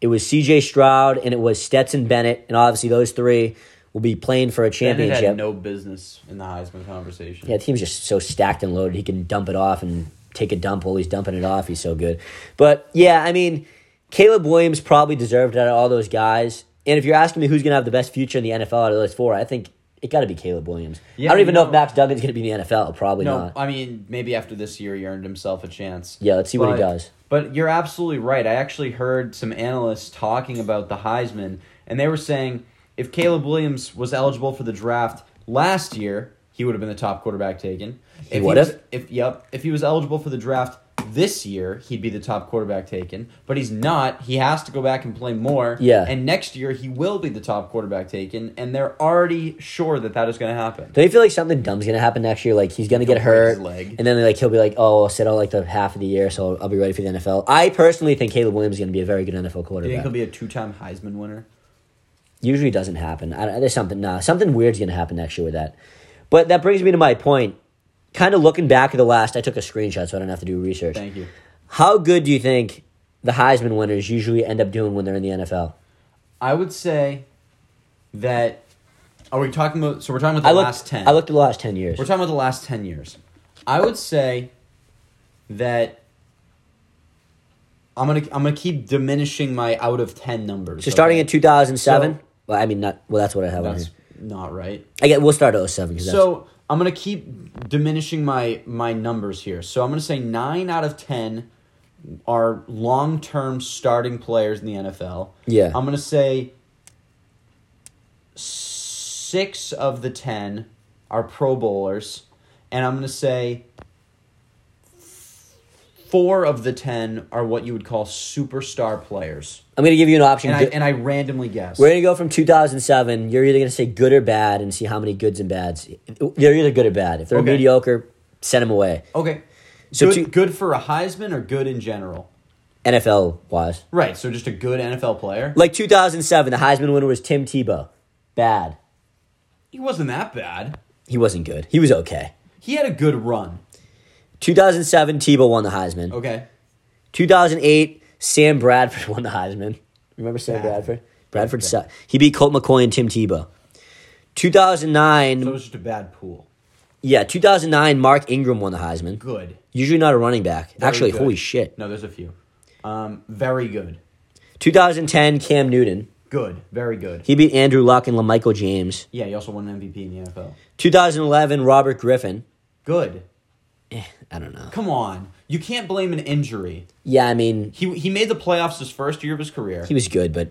[SPEAKER 1] it was CJ Stroud, and it was Stetson Bennett. And obviously, those three will be playing for a
[SPEAKER 2] Bennett
[SPEAKER 1] championship.
[SPEAKER 2] had no business in the Heisman conversation.
[SPEAKER 1] Yeah, the team's just so stacked and loaded. He can dump it off and take a dump while he's dumping it off. He's so good. But yeah, I mean, Caleb Williams probably deserved it out of all those guys. And if you're asking me who's going to have the best future in the NFL out of those four, I think it got to be Caleb Williams.
[SPEAKER 2] Yeah,
[SPEAKER 1] I don't even
[SPEAKER 2] you
[SPEAKER 1] know if Max Duggan's going to be in the NFL. Probably
[SPEAKER 2] No,
[SPEAKER 1] not.
[SPEAKER 2] I mean maybe after this year he earned himself a chance.
[SPEAKER 1] Yeah, let's see what he
[SPEAKER 2] But-
[SPEAKER 1] does.
[SPEAKER 2] But you're absolutely right. I actually heard some analysts talking about the Heisman, and they were saying if Caleb Williams was eligible for the draft last year, he would have been the top quarterback taken. If
[SPEAKER 1] would
[SPEAKER 2] was-
[SPEAKER 1] have?
[SPEAKER 2] If yep, if he was eligible for the draft this year, he'd be the top quarterback taken. But he's not. He has to go back and play more.
[SPEAKER 1] Yeah.
[SPEAKER 2] And next year he will be the top quarterback taken, and they're already sure that that is going to happen.
[SPEAKER 1] Don't you feel like something dumb's gonna happen next year? Like he's gonna get
[SPEAKER 2] He'll break
[SPEAKER 1] hurt,
[SPEAKER 2] his leg.
[SPEAKER 1] and then like he'll be like, "Oh, I'll sit out like the half of the year, so I'll be ready for the NFL." I personally think Caleb Williams is gonna be a very good NFL
[SPEAKER 2] Do you think
[SPEAKER 1] quarterback.
[SPEAKER 2] he'll be a two-time Heisman winner?
[SPEAKER 1] Usually doesn't happen. I, don't- there's something nah, something weird's gonna happen next year with that. But that brings me to my point. Kind of looking back at the last, I took a screenshot so I don't have to do research.
[SPEAKER 2] Thank you.
[SPEAKER 1] How good do you think the Heisman winners usually end up doing when they're in the NFL?
[SPEAKER 2] I would say that. Are we talking about? So we're talking about
[SPEAKER 1] I
[SPEAKER 2] the
[SPEAKER 1] looked.
[SPEAKER 2] last ten.
[SPEAKER 1] I looked at the last ten years.
[SPEAKER 2] We're talking about the last ten years. I would say that I'm gonna I'm gonna keep diminishing my out of ten numbers.
[SPEAKER 1] so starting in two thousand seven.
[SPEAKER 2] So-
[SPEAKER 1] well, I mean, not well. That's what I have on
[SPEAKER 2] That's
[SPEAKER 1] here.
[SPEAKER 2] not right.
[SPEAKER 1] I get. We'll start at 07 because that's
[SPEAKER 2] So I'm gonna keep diminishing my my numbers here. So I'm gonna say nine out of ten are long term starting players in the NFL.
[SPEAKER 1] Yeah.
[SPEAKER 2] I'm gonna say six of the ten are Pro Bowlers, and I'm gonna say four of the ten are what you would call superstar players.
[SPEAKER 1] I'm gonna give you an option.
[SPEAKER 2] And I
[SPEAKER 1] Ju-
[SPEAKER 2] and I randomly guess.
[SPEAKER 1] We're gonna go from 2007. You're either gonna say good or bad, and see how many goods and bads. They're either good or bad. If they're
[SPEAKER 2] Okay.
[SPEAKER 1] mediocre, send them away.
[SPEAKER 2] Okay.
[SPEAKER 1] So
[SPEAKER 2] So good,
[SPEAKER 1] two-
[SPEAKER 2] good for a Heisman or good in general?
[SPEAKER 1] NFL wise,
[SPEAKER 2] Right, so just a good NFL player.
[SPEAKER 1] like 2007, the Heisman winner was Tim Tebow. Bad.
[SPEAKER 2] He wasn't that bad.
[SPEAKER 1] He wasn't good. He was okay.
[SPEAKER 2] He had a good run.
[SPEAKER 1] 2007, Tebow won the Heisman.
[SPEAKER 2] Okay.
[SPEAKER 1] 2008, Sam Bradford won the Heisman. Remember Sam
[SPEAKER 2] Bradford.
[SPEAKER 1] Bradford? Bradford sucked. He beat Colt McCoy and Tim Tebow. 2009,
[SPEAKER 2] So it was just a bad pool.
[SPEAKER 1] yeah, 2009, Mark Ingram won the Heisman.
[SPEAKER 2] Good.
[SPEAKER 1] Usually not a running back. Actually,
[SPEAKER 2] good.
[SPEAKER 1] holy shit.
[SPEAKER 2] No, there's a few. Um, very good.
[SPEAKER 1] 2010, Cam Newton.
[SPEAKER 2] Good. Very good.
[SPEAKER 1] He beat Andrew Luck and LaMichael James.
[SPEAKER 2] Yeah, he also won an MVP in the NFL.
[SPEAKER 1] 2011, Robert Griffin. Eh,
[SPEAKER 2] Good.
[SPEAKER 1] I don't know.
[SPEAKER 2] Come on. You can't blame an injury.
[SPEAKER 1] Yeah, I mean,
[SPEAKER 2] He he made the playoffs his first year of his career.
[SPEAKER 1] he was good, but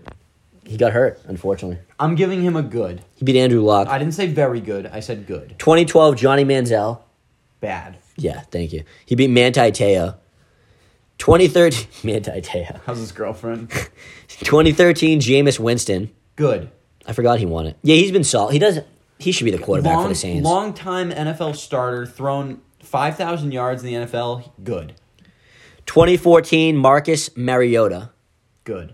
[SPEAKER 1] he got hurt, unfortunately.
[SPEAKER 2] I'm giving him a good.
[SPEAKER 1] He beat Andrew
[SPEAKER 2] I
[SPEAKER 1] Luck.
[SPEAKER 2] didn't say very good. I said good.
[SPEAKER 1] 2012, Johnny Manziel.
[SPEAKER 2] Bad.
[SPEAKER 1] Yeah, thank you. He beat Manti Te'o. 2013, Manti Te'o.
[SPEAKER 2] How's his girlfriend?
[SPEAKER 1] 2013, Jameis Winston.
[SPEAKER 2] Good.
[SPEAKER 1] I forgot he won it. Yeah, he's been solid. He doesn't. He should be the quarterback for
[SPEAKER 2] Long
[SPEAKER 1] the Saints.
[SPEAKER 2] long time NFL starter, thrown five thousand yards in the NFL. Good.
[SPEAKER 1] 2014, Marcus Mariota.
[SPEAKER 2] Good.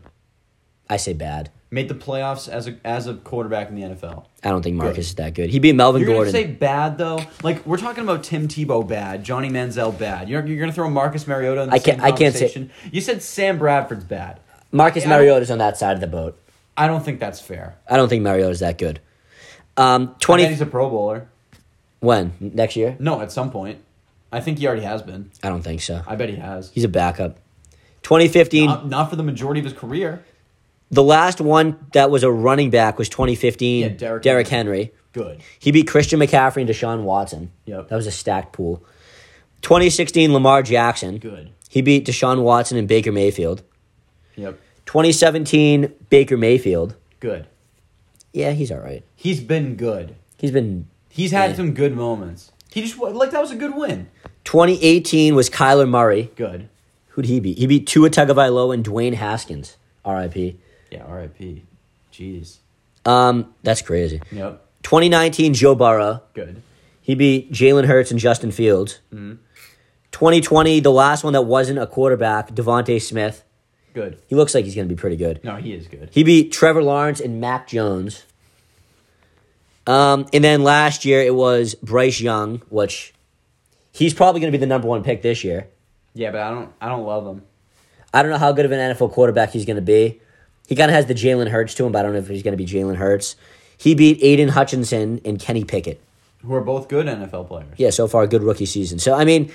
[SPEAKER 1] I say bad.
[SPEAKER 2] made the playoffs as a as a quarterback in the NFL.
[SPEAKER 1] I don't think Marcus is that good. He beat Melvin
[SPEAKER 2] You're
[SPEAKER 1] Gordon.
[SPEAKER 2] gonna say bad though, like we're talking about Tim Tebow bad, Johnny Manziel bad. You're you're gonna throw Marcus Mariota. In the
[SPEAKER 1] I can't-
[SPEAKER 2] same
[SPEAKER 1] I can't say-
[SPEAKER 2] conversation? You said Sam Bradford's bad.
[SPEAKER 1] Marcus
[SPEAKER 2] Yeah, I don't-
[SPEAKER 1] Mariota's on that side of the boat.
[SPEAKER 2] I don't think that's fair.
[SPEAKER 1] I don't think Mariota's that good. Um,
[SPEAKER 2] I bet
[SPEAKER 1] twenty
[SPEAKER 2] he's a Pro Bowler.
[SPEAKER 1] when next year?
[SPEAKER 2] No, at some point, I think he already has been.
[SPEAKER 1] I don't think so.
[SPEAKER 2] I bet he has.
[SPEAKER 1] He's a backup. Twenty fifteen.
[SPEAKER 2] not, not for the majority of his career.
[SPEAKER 1] the last one that was a running back was twenty fifteen.
[SPEAKER 2] Yeah, Derrick
[SPEAKER 1] Derrick Henry.
[SPEAKER 2] Good.
[SPEAKER 1] He beat Christian McCaffrey and Deshaun Watson.
[SPEAKER 2] Yep.
[SPEAKER 1] That was a stacked pool. Twenty sixteen. Lamar Jackson.
[SPEAKER 2] Good.
[SPEAKER 1] He beat Deshaun Watson and Baker Mayfield.
[SPEAKER 2] Yep.
[SPEAKER 1] Twenty seventeen. Baker Mayfield.
[SPEAKER 2] Good.
[SPEAKER 1] Yeah, he's all right.
[SPEAKER 2] He's been good.
[SPEAKER 1] He's been.
[SPEAKER 2] He's had some good moments. He just wa- like that was a good win.
[SPEAKER 1] Twenty eighteen was Kyler Murray.
[SPEAKER 2] Good.
[SPEAKER 1] Who'd he beat? He beat Tua Tagovailoa and Dwayne Haskins. R.I.P.
[SPEAKER 2] Yeah. R.I.P. Jeez.
[SPEAKER 1] Um, that's crazy.
[SPEAKER 2] Yep.
[SPEAKER 1] 2019, Joe Burrow.
[SPEAKER 2] Good.
[SPEAKER 1] He beat Jalen Hurts and Justin Fields. 2020, the last one that wasn't a quarterback, Devontae Smith.
[SPEAKER 2] Good.
[SPEAKER 1] He looks like he's going to be pretty good.
[SPEAKER 2] No, he is good.
[SPEAKER 1] He beat Trevor Lawrence and Mac Jones. Um, and then last year it was Bryce Young, which he's probably going to be the number one pick this year.
[SPEAKER 2] Yeah, but I don't I don't love him.
[SPEAKER 1] I don't know how good of an NFL quarterback he's going to be. He kind of has the Jalen Hurts to him, but I don't know if he's going to be Jalen Hurts. He beat Aiden Hutchinson and Kenny Pickett.
[SPEAKER 2] Who are both good NFL players.
[SPEAKER 1] yeah, so far a good rookie season. So I mean,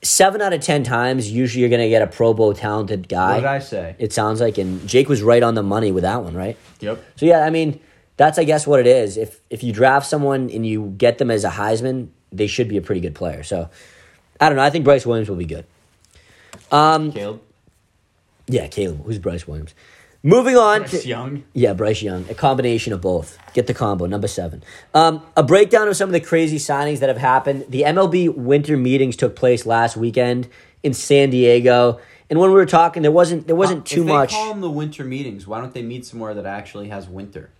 [SPEAKER 1] seven out of ten times, usually you're gonna get a Pro Bowl talented
[SPEAKER 2] What
[SPEAKER 1] guy.
[SPEAKER 2] did I say?
[SPEAKER 1] It sounds like, and Jake was right on the money with that one, right?
[SPEAKER 2] Yep.
[SPEAKER 1] So yeah, I mean, that's I guess what it is. If if you draft someone and you get them as a Heisman, they should be a pretty good player. So I don't know. I think Bryce Williams will be good.
[SPEAKER 2] Caleb.
[SPEAKER 1] Yeah, Caleb. Who's Bryce Williams? Moving on.
[SPEAKER 2] Bryce
[SPEAKER 1] to-
[SPEAKER 2] Young.
[SPEAKER 1] Yeah, Bryce Young. A combination of both. Get the combo, number seven. Um, a breakdown of some of the crazy signings that have happened. The MLB winter meetings took place last weekend in San Diego. And when we were talking, there wasn't there wasn't too
[SPEAKER 2] Uh, if they
[SPEAKER 1] much
[SPEAKER 2] call them the winter meetings. Why don't they meet somewhere that actually has winter?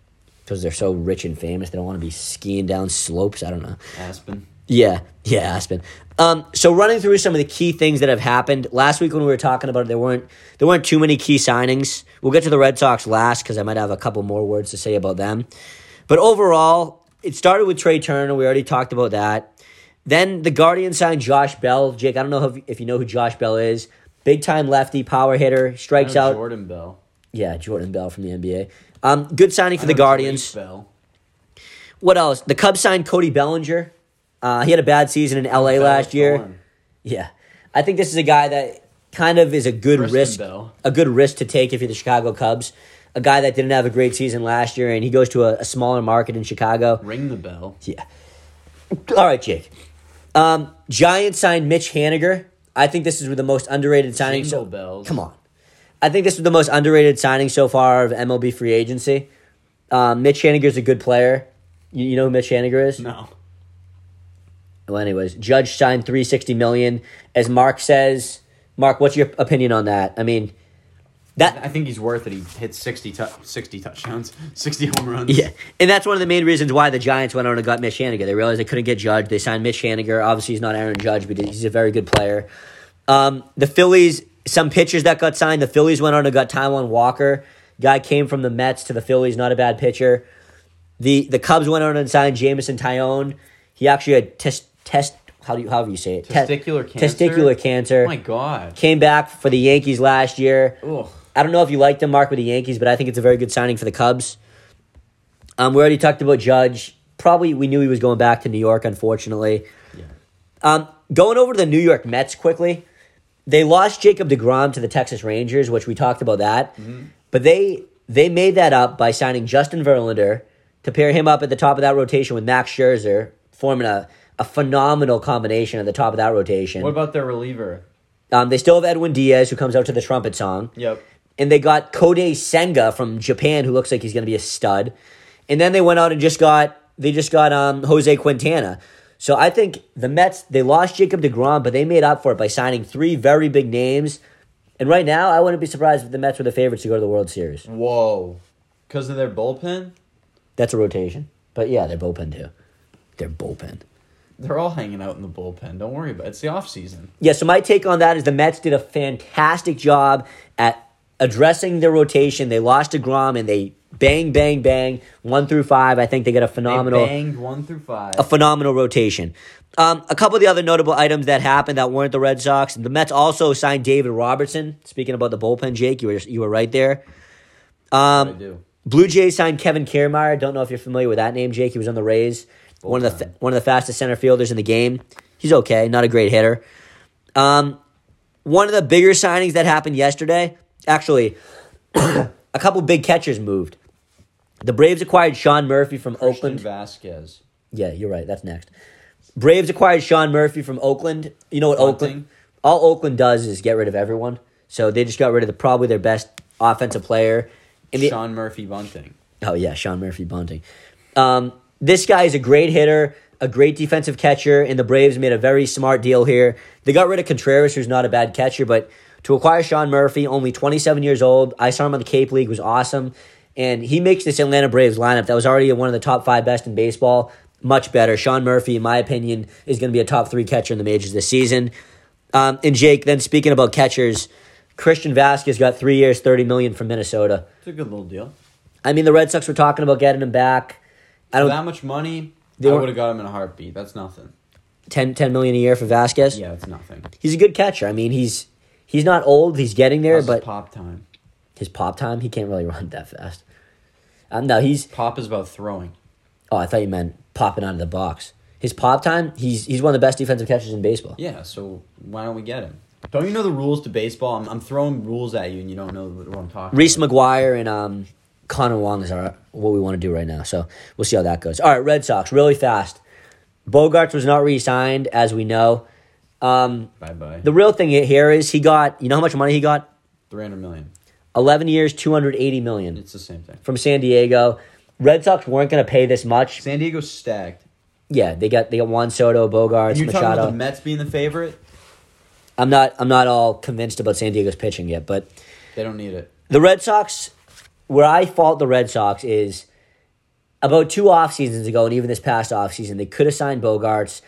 [SPEAKER 1] because they're so rich and famous. They don't want to be skiing down slopes. I don't know.
[SPEAKER 2] Aspen.
[SPEAKER 1] Yeah, yeah, Aspen. Um, so running through some of the key things that have happened last week when we were talking about it, there weren't there weren't too many key signings. We'll get to the Red Sox last because I might have a couple more words to say about them. But overall, it started with Trey Turner. We already talked about that. Then the Guardian signed Josh Bell. Jake, I don't know if, if you know who Josh Bell is. Big time lefty, power hitter, strikes out.
[SPEAKER 2] Jordan Bell.
[SPEAKER 1] Yeah, Jordan Bell from the NBA. Um, good signing for the
[SPEAKER 2] Drake
[SPEAKER 1] Guardians.
[SPEAKER 2] Bell.
[SPEAKER 1] What else? The Cubs signed Cody Bellinger. Uh, he had a bad season in LA
[SPEAKER 2] Bell
[SPEAKER 1] last year.
[SPEAKER 2] Thorne.
[SPEAKER 1] Yeah, I think this is a guy that kind of is a good
[SPEAKER 2] Kristen
[SPEAKER 1] risk,
[SPEAKER 2] Bell.
[SPEAKER 1] a good risk to take if you're the Chicago Cubs. A guy that didn't have a great season last year, and he goes to a, a smaller market in Chicago.
[SPEAKER 2] Ring the bell.
[SPEAKER 1] Yeah. All right, Jake. Um, Giants signed Mitch Haniger. I think this is the most underrated signing.
[SPEAKER 2] Jingle
[SPEAKER 1] So
[SPEAKER 2] bells.
[SPEAKER 1] come on, I think this was the most underrated signing so far of MLB free agency. Um, Mitch Haniger's a good player. You, you know who Mitch Haniger is?
[SPEAKER 2] No.
[SPEAKER 1] Well, anyways, Judge signed three sixty million. As Mark says, Mark, what's your opinion on that? I mean, that
[SPEAKER 2] I think he's worth it. He hit 60, tou 60 touchdowns, 60 home runs.
[SPEAKER 1] yeah, and that's one of the main reasons why the Giants went out and got Mitch Haniger. They realized they couldn't get Judge. They signed Mitch Haniger. Obviously, he's not Aaron Judge, but he's a very good player. Um, the Phillies, some pitchers that got signed. The Phillies went out and got Taiwan Walker. Guy came from the Mets to the Phillies. Not a bad pitcher. The the Cubs went out and signed Jamison Tyone. He actually had test test. How do you however you say it? Te-
[SPEAKER 2] Testicular cancer?
[SPEAKER 1] Testicular cancer.
[SPEAKER 2] Oh my God.
[SPEAKER 1] came back for the Yankees last year.
[SPEAKER 2] Ugh.
[SPEAKER 1] I don't know if you liked him, Mark, with the Yankees, but I think it's a very good signing for the Cubs. Um, we already talked about Judge. Probably we knew he was going back to New York, unfortunately.
[SPEAKER 2] Yeah.
[SPEAKER 1] Um, going over to the New York Mets quickly, they lost Jacob DeGrom to the Texas Rangers, which we talked about that.
[SPEAKER 2] Mm-hmm.
[SPEAKER 1] But they they made that up by signing Justin Verlander to pair him up at the top of that rotation with Max Scherzer, forming a, a phenomenal combination at the top of that rotation.
[SPEAKER 2] What about their reliever?
[SPEAKER 1] Um, they still have Edwin Diaz, who comes out to the trumpet song.
[SPEAKER 2] Yep.
[SPEAKER 1] And they got Kode Senga from Japan, who looks like he's going to be a stud. And then they went out and just got they just got um, Jose Quintana. So I think the Mets they lost Jacob Degrom, but they made up for it by signing three very big names. And right now, I wouldn't be surprised if the Mets were the favorites to go to the World Series.
[SPEAKER 2] Whoa. Because of their bullpen?
[SPEAKER 1] That's a rotation, but yeah, they're bullpen too. They're bullpen.
[SPEAKER 2] They're all hanging out in the bullpen. Don't worry about it. It's the off season.
[SPEAKER 1] Yeah, so my take on that is the Mets did a fantastic job at addressing their rotation. They lost to Grom and they bang, bang, bang, one through five. I think they got a
[SPEAKER 2] They
[SPEAKER 1] phenomenal
[SPEAKER 2] banged one through five.
[SPEAKER 1] a phenomenal rotation. Um, a couple of the other notable items that happened that weren't the Red Sox. The Mets also signed David Robertson. Speaking about the bullpen, Jake, you were you were right there.
[SPEAKER 2] I do.
[SPEAKER 1] Blue Jays signed Kevin Kiermaier. Don't know if you're familiar with that name, Jake. He was on the Rays. One of the fa- one of the fastest center fielders in the game. He's okay, not a great hitter. Um, one of the bigger signings that happened yesterday, actually, a couple big catchers moved. The Braves acquired Sean Murphy from
[SPEAKER 2] Christian
[SPEAKER 1] Oakland.
[SPEAKER 2] Vasquez.
[SPEAKER 1] Yeah, you're right. That's next. Braves acquired Sean Murphy from Oakland. You know what Oakland?
[SPEAKER 2] Bunting.
[SPEAKER 1] All Oakland does is get rid of everyone. So they just got rid of the probably their best offensive player. And the,
[SPEAKER 2] Sean Murphy Bunting.
[SPEAKER 1] Oh yeah, Sean Murphy Bunting. Um, this guy is a great hitter, a great defensive catcher, and the Braves made a very smart deal here. They got rid of Contreras, who's not a bad catcher, but to acquire Sean Murphy, only 27 years old, I saw him on the Cape League, was awesome, and he makes this Atlanta Braves lineup that was already one of the top five best in baseball much better. Sean Murphy, in my opinion, is going to be a top three catcher in the majors this season. Um, and Jake, then speaking about catchers, Christian Vasquez got three years, 30 million from Minnesota.
[SPEAKER 2] It's a good little deal.
[SPEAKER 1] I mean, the Red Sox were talking about getting him back. I
[SPEAKER 2] For
[SPEAKER 1] don't
[SPEAKER 2] that much money,
[SPEAKER 1] Um, They
[SPEAKER 2] I
[SPEAKER 1] were-
[SPEAKER 2] would have got him in a heartbeat. That's nothing.
[SPEAKER 1] 10, 10 million a year for Vasquez.
[SPEAKER 2] Yeah, that's nothing.
[SPEAKER 1] He's a good catcher. I mean, he's he's not old. He's getting there,
[SPEAKER 2] That's
[SPEAKER 1] but
[SPEAKER 2] pop time.
[SPEAKER 1] his pop time, he can't really run that fast. Um, no, he's.
[SPEAKER 2] Pop is about throwing.
[SPEAKER 1] Oh, I thought you meant popping out of the box. His pop time, he's he's one of the best defensive catchers in baseball.
[SPEAKER 2] Yeah, so why don't we get him? Don't you know the rules to baseball? I'm, I'm throwing rules at you and you don't know what I'm talking
[SPEAKER 1] Reese
[SPEAKER 2] about.
[SPEAKER 1] McGuire and um, Connor Wong is our what we want to do right now. So we'll see how that goes. All right, Red Sox, really fast. Bogarts was not re-signed, as we know. Um,
[SPEAKER 2] Bye bye.
[SPEAKER 1] the real thing here is he got. You know how much money he got?
[SPEAKER 2] Three hundred million.
[SPEAKER 1] Eleven years, two hundred eighty million
[SPEAKER 2] It's the same thing.
[SPEAKER 1] from San Diego. Red Sox weren't going to pay this much.
[SPEAKER 2] San Diego's stacked.
[SPEAKER 1] Yeah, they got they got Juan Soto, Bogarts,
[SPEAKER 2] You're talking about
[SPEAKER 1] Machado.
[SPEAKER 2] the Mets being the favorite.
[SPEAKER 1] I'm not I'm not all convinced about San Diego's pitching yet, but
[SPEAKER 2] They don't need it.
[SPEAKER 1] the Red Sox, where I fault the Red Sox is about two off seasons ago, and even this past off season, they could have signed Bogarts,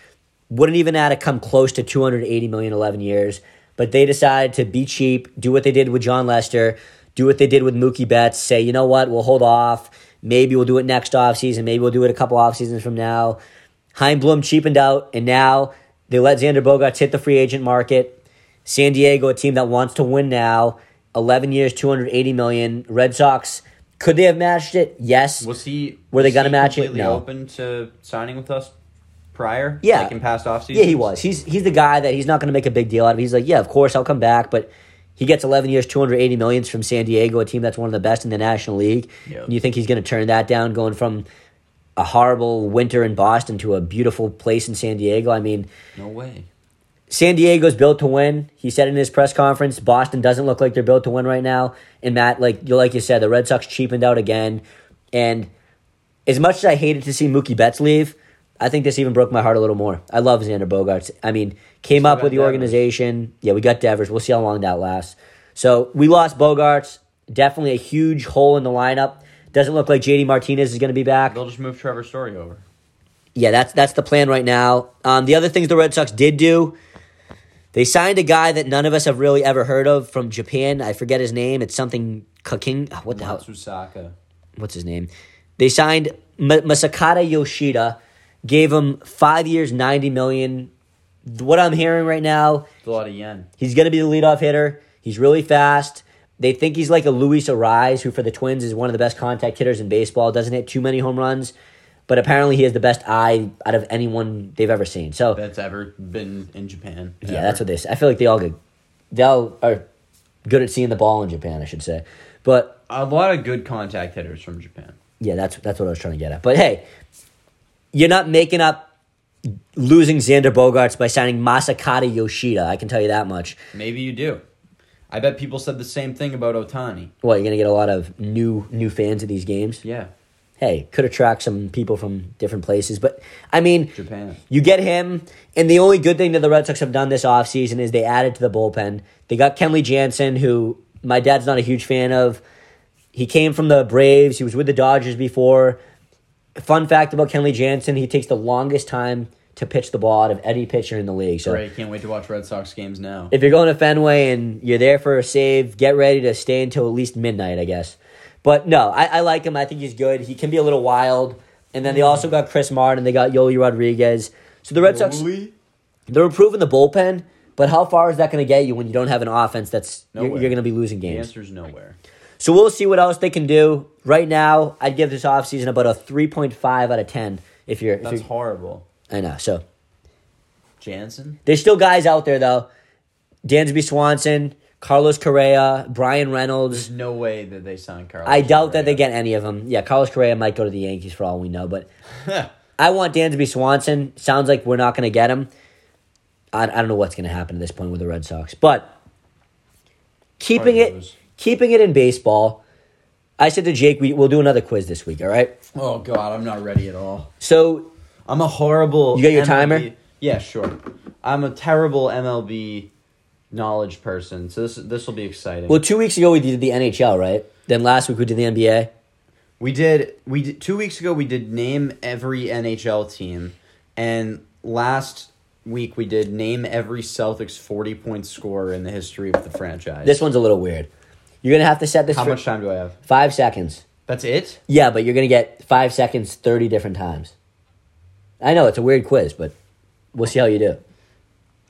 [SPEAKER 1] wouldn't even add to come close to 280 million 11 years, but they decided to be cheap, do what they did with John Lester, do what they did with Mookie Betts, say, you know what, we'll hold off. Maybe we'll do it next off season. Maybe we'll do it a couple off seasons from now. Hein Bloom cheapened out, and now they let Xander Bogarts hit the free agent market. San Diego, a team that wants to win now, 11 years, 280 million. Red Sox, could they have matched it? Yes.
[SPEAKER 2] Was he?
[SPEAKER 1] Were they
[SPEAKER 2] was
[SPEAKER 1] gonna
[SPEAKER 2] he
[SPEAKER 1] match it?
[SPEAKER 2] completely
[SPEAKER 1] No.
[SPEAKER 2] Open to signing with us prior.
[SPEAKER 1] Yeah.
[SPEAKER 2] Like in past off
[SPEAKER 1] Yeah, he was. He's he's the guy that he's not going to make a big deal out of. He's like, yeah, of course I'll come back, but he gets 11 years, 280 millions from San Diego, a team that's one of the best in the National League.
[SPEAKER 2] Yeah.
[SPEAKER 1] And you think he's going to turn that down going from a horrible winter in Boston to a beautiful place in San Diego? I mean,
[SPEAKER 2] No way.
[SPEAKER 1] San Diego's built to win. He said in his press conference, Boston doesn't look like they're built to win right now. And Matt, like you like you said, the Red Sox cheapened out again. And as much as I hated to see Mookie Betts leave, I think this even broke my heart a little more. I love Xander Bogarts. I mean, came
[SPEAKER 2] Still
[SPEAKER 1] up
[SPEAKER 2] got
[SPEAKER 1] with the
[SPEAKER 2] Devers.
[SPEAKER 1] organization. Yeah, we got Devers. We'll see how long that lasts. So we lost Bogarts. Definitely a huge hole in the lineup. Doesn't look like JD Martinez is going to be back
[SPEAKER 2] They'll just move Trevor Story over.
[SPEAKER 1] yeah, that's that's the plan right now. Um, the other things the Red Sox did do, they signed a guy that none of us have really ever heard of from Japan. I forget his name. It's something Kaking. What the hell?
[SPEAKER 2] Matsusaka.
[SPEAKER 1] What's his name? They signed M- Masakata Yoshida, gave him five years, ninety million. What I'm hearing right now,
[SPEAKER 2] It's a lot of yen.
[SPEAKER 1] He's going to be the leadoff hitter. He's really fast. They think he's like a Luis Arise, who for the Twins is one of the best contact hitters in baseball. Doesn't hit too many home runs, but apparently he has the best eye out of anyone they've ever seen. So
[SPEAKER 2] That's ever been in Japan.
[SPEAKER 1] yeah, that's what they. s- I feel like they all get, they all are good at seeing the ball in Japan, I should say. But
[SPEAKER 2] a lot of good contact hitters from Japan.
[SPEAKER 1] Yeah, that's that's what I was trying to get at. But hey, you're not making up losing Xander Bogarts by signing Masakata Yoshida. I can tell you that much.
[SPEAKER 2] Maybe you do. I bet people said the same thing about Otani.
[SPEAKER 1] Well, you're gonna get a lot of new new fans of these games.
[SPEAKER 2] Yeah,
[SPEAKER 1] hey, could attract some people from different places. But I mean,
[SPEAKER 2] Japan.
[SPEAKER 1] you get him, and the only good thing that the Red Sox have done this offseason is they added to the bullpen. They got Kenley Jansen, who my dad's not a huge fan of. He came from the Braves, he was with the Dodgers before. Fun fact about Kenley Jansen, he takes the longest time to pitch the ball out of any pitcher in the league. So
[SPEAKER 2] Right, can't wait to watch Red Sox games now.
[SPEAKER 1] if you're going to Fenway and you're there for a save, get ready to stay until at least midnight, I guess. But no, I, I like him. I think he's good. He can be a little wild. And then they also got Chris Martin. They got Yoli Rodriguez. So the Red Sox,
[SPEAKER 2] Holy-
[SPEAKER 1] they're improving the bullpen. But how far is that going to get you when you don't have an offense that's
[SPEAKER 2] No
[SPEAKER 1] you're,
[SPEAKER 2] way.
[SPEAKER 1] you're going to be losing
[SPEAKER 2] the
[SPEAKER 1] games?
[SPEAKER 2] answer's nowhere.
[SPEAKER 1] So we'll see what else they can do. Right now, I'd give this offseason about a three point five out of ten. If you're, if
[SPEAKER 2] That's
[SPEAKER 1] you're-
[SPEAKER 2] horrible.
[SPEAKER 1] I know. So
[SPEAKER 2] Jansen?
[SPEAKER 1] There's still guys out there though. Dansby Swanson, Carlos Correa, Brian Reynolds.
[SPEAKER 2] There's no way that they signed Carlos.
[SPEAKER 1] I doubt that they
[SPEAKER 2] Correa.
[SPEAKER 1] get any of them. Yeah, Carlos Correa might go to the Yankees for all we know, but I want Dansby Swanson. Sounds like we're not going to get him. I, I don't know what's going to happen at this point with the Red Sox, but keeping
[SPEAKER 2] Probably
[SPEAKER 1] it
[SPEAKER 2] lose.
[SPEAKER 1] keeping it in baseball. I said to Jake, we, we'll do another quiz this week. All right.
[SPEAKER 2] Oh god, I'm not ready at all.
[SPEAKER 1] So
[SPEAKER 2] I'm a horrible.
[SPEAKER 1] You got your
[SPEAKER 2] MLB
[SPEAKER 1] timer?
[SPEAKER 2] Yeah, sure. I'm a terrible MLB knowledge person, so this this will be exciting.
[SPEAKER 1] well, two weeks ago we did the NHL, right? Then last week we did the NBA.
[SPEAKER 2] We did. We did, two weeks ago. We did name every NHL team, and last week we did name every Celtics forty point scorer in the history of the franchise.
[SPEAKER 1] This one's a little weird. You're gonna have to set this
[SPEAKER 2] How
[SPEAKER 1] for
[SPEAKER 2] much time do I have?
[SPEAKER 1] five seconds.
[SPEAKER 2] That's it.
[SPEAKER 1] Yeah, but you're gonna get five seconds thirty different times. I know it's a weird quiz, but we'll see how you do.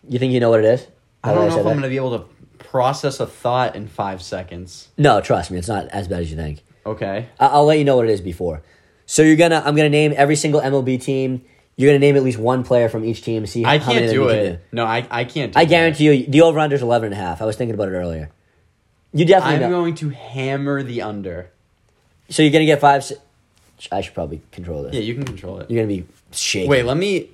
[SPEAKER 1] You think you know what it is?
[SPEAKER 2] I don't know
[SPEAKER 1] said
[SPEAKER 2] if I'm
[SPEAKER 1] that?
[SPEAKER 2] gonna be able to process a thought in five seconds.
[SPEAKER 1] No, trust me, it's not as bad as you think.
[SPEAKER 2] Okay.
[SPEAKER 1] I- I'll let you know what it is before. So you're gonna, I'm gonna name every single MLB team. You're gonna name at least one player from each team. See,
[SPEAKER 2] I
[SPEAKER 1] how many
[SPEAKER 2] can't
[SPEAKER 1] of them
[SPEAKER 2] do
[SPEAKER 1] you can
[SPEAKER 2] it. No, I, I can't. Do
[SPEAKER 1] I
[SPEAKER 2] that.
[SPEAKER 1] guarantee you, the over under is 11 and a half. I was thinking about it earlier. You definitely
[SPEAKER 2] I'm
[SPEAKER 1] know.
[SPEAKER 2] going to hammer the under.
[SPEAKER 1] So you're gonna get five. s- I should probably control this.
[SPEAKER 2] Yeah, you can control it.
[SPEAKER 1] You're gonna be shaking.
[SPEAKER 2] Wait, let me.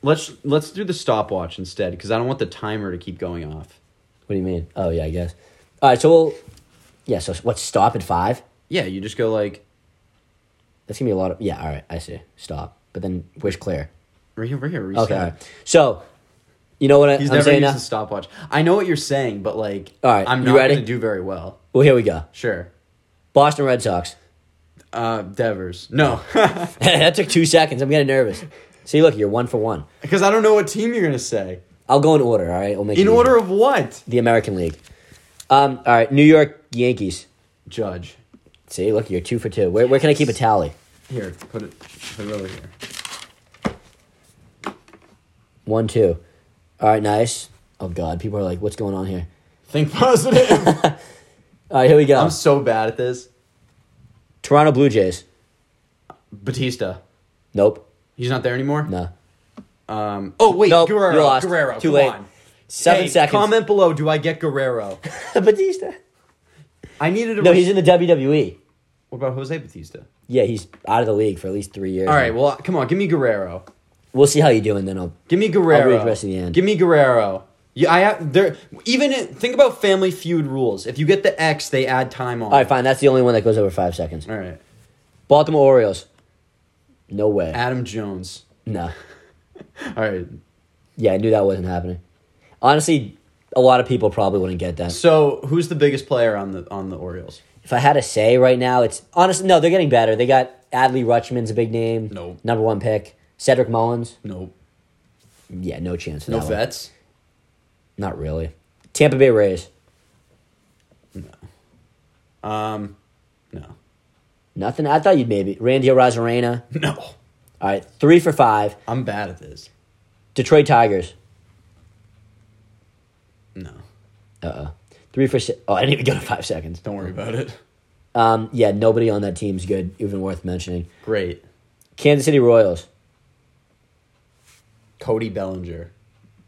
[SPEAKER 2] Let's let's do the stopwatch instead because I don't want the timer to keep going off.
[SPEAKER 1] What do you mean? Oh yeah, I guess. All right, so we'll. Yeah, so what? Stop at five.
[SPEAKER 2] Yeah, you just go like
[SPEAKER 1] That's gonna be a lot of. Yeah, all right, I see. Stop, but then wish clear.
[SPEAKER 2] right here, right here. Reset.
[SPEAKER 1] Okay, all right. so you know what I,
[SPEAKER 2] He's
[SPEAKER 1] I'm
[SPEAKER 2] never
[SPEAKER 1] saying
[SPEAKER 2] used
[SPEAKER 1] now.
[SPEAKER 2] a stopwatch. I know what you're saying, but like,
[SPEAKER 1] All right,
[SPEAKER 2] I'm
[SPEAKER 1] you
[SPEAKER 2] not
[SPEAKER 1] ready?
[SPEAKER 2] gonna do very well.
[SPEAKER 1] Well, here we go.
[SPEAKER 2] Sure.
[SPEAKER 1] Boston Red Sox.
[SPEAKER 2] Uh, Devers. No,
[SPEAKER 1] that took two seconds. I'm getting nervous. See, look, you're one for one.
[SPEAKER 2] because I don't know what team you're gonna say.
[SPEAKER 1] I'll go in order. All right, we'll make it
[SPEAKER 2] In
[SPEAKER 1] easy.
[SPEAKER 2] order of what?
[SPEAKER 1] The American League. Um. All right, New York Yankees.
[SPEAKER 2] Judge.
[SPEAKER 1] See, look, you're two for two. Where, where can I keep a tally?
[SPEAKER 2] Here, put it. Put it over here.
[SPEAKER 1] One, two. All right, nice. Oh God, people are like, what's going on here?
[SPEAKER 2] Think positive.
[SPEAKER 1] All right, here we go.
[SPEAKER 2] I'm so bad at this.
[SPEAKER 1] Toronto Blue Jays.
[SPEAKER 2] Batista.
[SPEAKER 1] Nope.
[SPEAKER 2] He's not there anymore.
[SPEAKER 1] No.
[SPEAKER 2] Um. Oh wait,
[SPEAKER 1] Nope.
[SPEAKER 2] Guerrero.
[SPEAKER 1] You lost.
[SPEAKER 2] Guerrero.
[SPEAKER 1] Too
[SPEAKER 2] come
[SPEAKER 1] late.
[SPEAKER 2] on.
[SPEAKER 1] Seven
[SPEAKER 2] Hey,
[SPEAKER 1] seconds.
[SPEAKER 2] Comment below. Do I get Guerrero?
[SPEAKER 1] Batista.
[SPEAKER 2] I needed a.
[SPEAKER 1] No, he's in the WWE.
[SPEAKER 2] what about Jose Batista?
[SPEAKER 1] Yeah, he's out of the league for at least three years.
[SPEAKER 2] All right. Well, come on. Give me Guerrero.
[SPEAKER 1] We'll see how you do, and then I'll.
[SPEAKER 2] Give me Guerrero.
[SPEAKER 1] I'll read the rest of the end.
[SPEAKER 2] Give me Guerrero. Yeah, I have there. Even in, think about Family Feud rules. If you get the X, they add time on.
[SPEAKER 1] All right, fine. That's the only one that goes over five seconds.
[SPEAKER 2] All right.
[SPEAKER 1] Baltimore Orioles. No way.
[SPEAKER 2] Adam Jones.
[SPEAKER 1] no.
[SPEAKER 2] All right.
[SPEAKER 1] Yeah, I knew that wasn't happening. Honestly, a lot of people probably wouldn't get that.
[SPEAKER 2] So who's the biggest player on the on the Orioles?
[SPEAKER 1] If I had to say right now, it's honestly no. They're getting better. They got Adley Rutschman's a big name.
[SPEAKER 2] No.
[SPEAKER 1] Number one pick. Cedric Mullins.
[SPEAKER 2] Nope.
[SPEAKER 1] Yeah, no chance. for
[SPEAKER 2] No
[SPEAKER 1] that one.
[SPEAKER 2] vets.
[SPEAKER 1] Not really. Tampa Bay Rays.
[SPEAKER 2] Um, no.
[SPEAKER 1] Nothing. I thought you'd maybe Randy Rosarena.
[SPEAKER 2] No.
[SPEAKER 1] All right, three for five.
[SPEAKER 2] I'm bad at this.
[SPEAKER 1] Detroit Tigers.
[SPEAKER 2] No.
[SPEAKER 1] Uh oh. Three for six. Oh, I didn't even go to five seconds.
[SPEAKER 2] Don't worry about it.
[SPEAKER 1] Um, yeah, nobody on that team's good, even worth mentioning.
[SPEAKER 2] Great.
[SPEAKER 1] Kansas City Royals.
[SPEAKER 2] Cody Bellinger.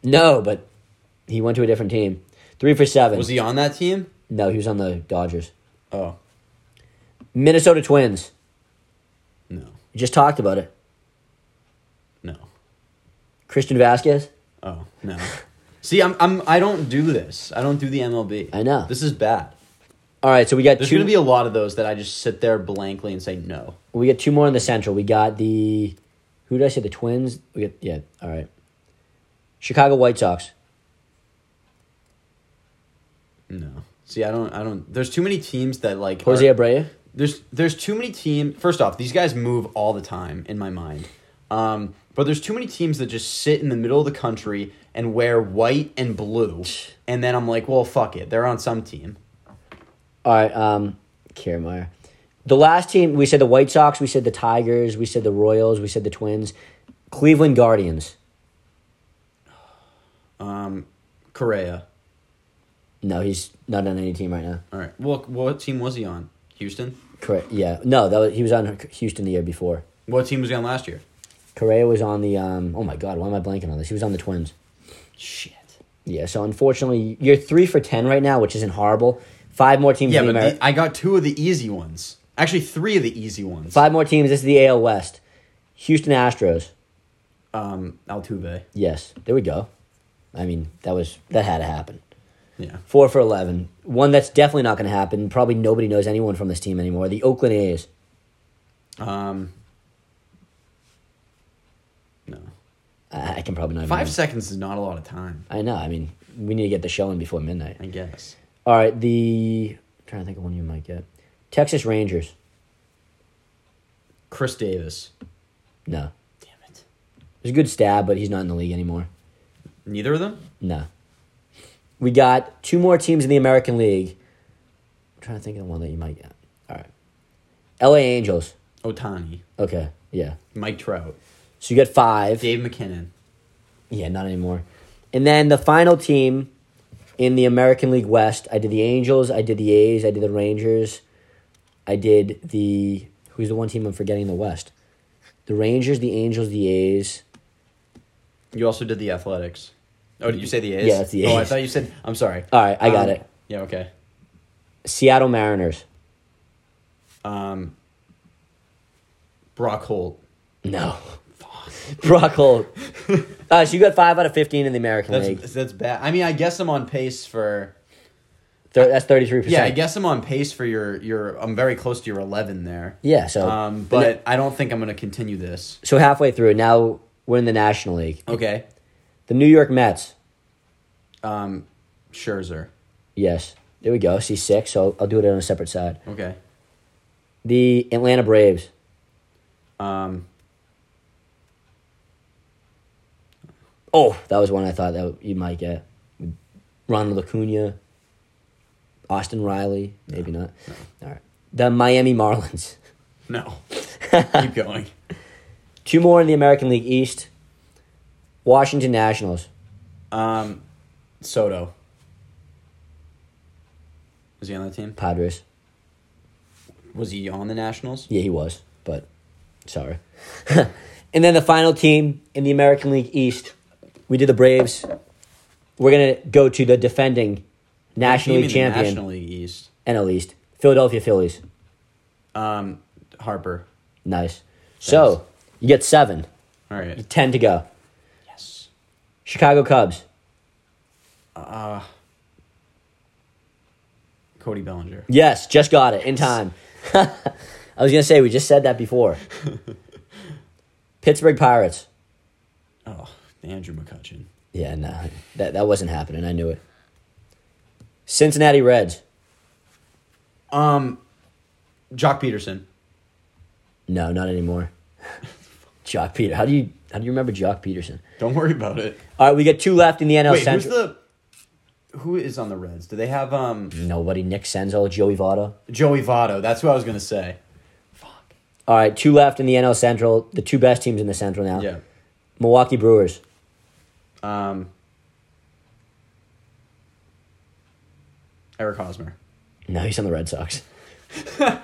[SPEAKER 1] No, but he went to a different team. Three for seven.
[SPEAKER 2] Was he on that team?
[SPEAKER 1] No, he was on the Dodgers.
[SPEAKER 2] Oh,
[SPEAKER 1] Minnesota Twins.
[SPEAKER 2] no.
[SPEAKER 1] We just talked about it.
[SPEAKER 2] No.
[SPEAKER 1] Christian Vasquez.
[SPEAKER 2] Oh, no. See, I'm, I'm, I don't do this. I don't do the MLB.
[SPEAKER 1] I know.
[SPEAKER 2] This is bad.
[SPEAKER 1] All right, so we got
[SPEAKER 2] There's
[SPEAKER 1] two.
[SPEAKER 2] going to be a lot of those that I just sit there blankly and say no.
[SPEAKER 1] we got two more in the Central. We got the. Who did I say? The Twins. We got yeah. All right. Chicago White Sox.
[SPEAKER 2] No. See, I don't, I don't, there's too many teams that like,
[SPEAKER 1] Jose
[SPEAKER 2] are-
[SPEAKER 1] Abreu.
[SPEAKER 2] there's, there's too many teams. First off, these guys move all the time in my mind. Um, but there's too many teams that just sit in the middle of the country and wear white and blue. And then I'm like, well, fuck it. They're on some team.
[SPEAKER 1] All right. Um, Kiermaier. The last team we said the White Sox. We said the Tigers. We said the Royals. We said the Twins. Cleveland Guardians.
[SPEAKER 2] Um, Correa.
[SPEAKER 1] No, he's not on any team right now.
[SPEAKER 2] All right. Well, what team was he on? Houston.
[SPEAKER 1] Correct. Yeah. No, that was, he was on Houston the year before.
[SPEAKER 2] What team was he on last year?
[SPEAKER 1] Correa was on the. Um, oh my God, why am I blanking on this? He was on the Twins.
[SPEAKER 2] Shit.
[SPEAKER 1] Yeah. So unfortunately, you're three for ten right now, which isn't horrible. Five more teams.
[SPEAKER 2] Yeah,
[SPEAKER 1] in the
[SPEAKER 2] but
[SPEAKER 1] Ameri-
[SPEAKER 2] the, I got two of the easy ones. Actually, three of the easy ones.
[SPEAKER 1] five more teams. This is the AL West. Houston Astros.
[SPEAKER 2] Um, Altuve.
[SPEAKER 1] Yes. There we go. I mean, that was that had to happen.
[SPEAKER 2] Yeah.
[SPEAKER 1] Four for eleven. One that's definitely not going to happen. Probably nobody knows anyone from this team anymore. The Oakland A's.
[SPEAKER 2] Um.
[SPEAKER 1] Hmm.
[SPEAKER 2] No.
[SPEAKER 1] I, I can probably not. even
[SPEAKER 2] Five
[SPEAKER 1] know.
[SPEAKER 2] seconds is not a lot of time.
[SPEAKER 1] I know. I mean, we need to get the show in before midnight.
[SPEAKER 2] I guess.
[SPEAKER 1] All right, the I'm trying to think of one you might get. Texas Rangers.
[SPEAKER 2] Chris Davis.
[SPEAKER 1] No.
[SPEAKER 2] Damn it.
[SPEAKER 1] It was a good stab, but he's not in the league anymore.
[SPEAKER 2] Neither of them.
[SPEAKER 1] No. We got two more teams in the American League. I'm trying to think of one that you might get. All right. LA Angels.
[SPEAKER 2] Otani.
[SPEAKER 1] Okay. Yeah.
[SPEAKER 2] Mike Trout.
[SPEAKER 1] So you got five.
[SPEAKER 2] Dave McKinnon.
[SPEAKER 1] Yeah, not anymore. And then the final team in the American League West, I did the Angels, I did the A's, I did the Rangers, I did the who's the one team I'm forgetting in the West? The Rangers, the Angels, the A's.
[SPEAKER 2] You also did the Athletics. Oh, did you say the A's?
[SPEAKER 1] Yeah, it's the
[SPEAKER 2] Oh, I
[SPEAKER 1] A's.
[SPEAKER 2] thought you said. I'm sorry. Um,
[SPEAKER 1] All right, I got it.
[SPEAKER 2] Yeah. Okay.
[SPEAKER 1] Seattle Mariners.
[SPEAKER 2] Um, Brock Holt.
[SPEAKER 1] No. Brock Holt. Uh, so you got five out of fifteen in the American
[SPEAKER 2] That's
[SPEAKER 1] League.
[SPEAKER 2] that's bad. I mean, I guess I'm on pace for
[SPEAKER 1] Thir- that's thirty three percent.
[SPEAKER 2] yeah. I guess I'm on pace for your your. I'm very close to your 11 there.
[SPEAKER 1] Yeah. So
[SPEAKER 2] Um, but I don't think I'm gonna continue this.
[SPEAKER 1] so halfway through now we're in the National League.
[SPEAKER 2] Okay.
[SPEAKER 1] The New York Mets.
[SPEAKER 2] Um, Scherzer.
[SPEAKER 1] Yes. There we go. C six. So I'll do it on a separate side.
[SPEAKER 2] Okay.
[SPEAKER 1] The Atlanta Braves.
[SPEAKER 2] Um,
[SPEAKER 1] Oh, that was one I thought that you might get. Ronald Acuna, Austin Riley, maybe not. All right. The Miami Marlins.
[SPEAKER 2] no. Keep going.
[SPEAKER 1] Two more in the American League East. Washington Nationals.
[SPEAKER 2] Um, Soto. Was he on the team?
[SPEAKER 1] Padres.
[SPEAKER 2] Was he on the Nationals?
[SPEAKER 1] Yeah, he was, but sorry. and then the final team in the American League East, we did the Braves. We're gonna go to the defending National
[SPEAKER 2] Team in
[SPEAKER 1] League
[SPEAKER 2] the
[SPEAKER 1] champion
[SPEAKER 2] National League East.
[SPEAKER 1] NL East, Philadelphia Phillies.
[SPEAKER 2] Um, Harper.
[SPEAKER 1] Nice. So you get seven,
[SPEAKER 2] All right.
[SPEAKER 1] ten to go.
[SPEAKER 2] Yes.
[SPEAKER 1] Chicago Cubs.
[SPEAKER 2] Cody Bellinger.
[SPEAKER 1] Yes, just got it in time. I was gonna say we just said that before. Pittsburgh Pirates.
[SPEAKER 2] Oh, Andrew McCutcheon.
[SPEAKER 1] Yeah, no, that that wasn't happening. I knew it. Cincinnati Reds.
[SPEAKER 2] Um, Jock Peterson.
[SPEAKER 1] No, not anymore. Jock Peter. How do you how do you remember Jock Peterson?
[SPEAKER 2] Don't worry about it.
[SPEAKER 1] All right, we got two left in the NL
[SPEAKER 2] Wait, who's
[SPEAKER 1] Central.
[SPEAKER 2] the? Who is on the Reds? Do they have um
[SPEAKER 1] Nobody. Nick Senzel, Joey Votto.
[SPEAKER 2] Joey Votto? That's who I was gonna say.
[SPEAKER 1] All right, two left in the NL Central. The two best teams in the Central now.
[SPEAKER 2] Yeah.
[SPEAKER 1] Milwaukee Brewers.
[SPEAKER 2] Um. Eric Hosmer.
[SPEAKER 1] No, he's on the Red Sox.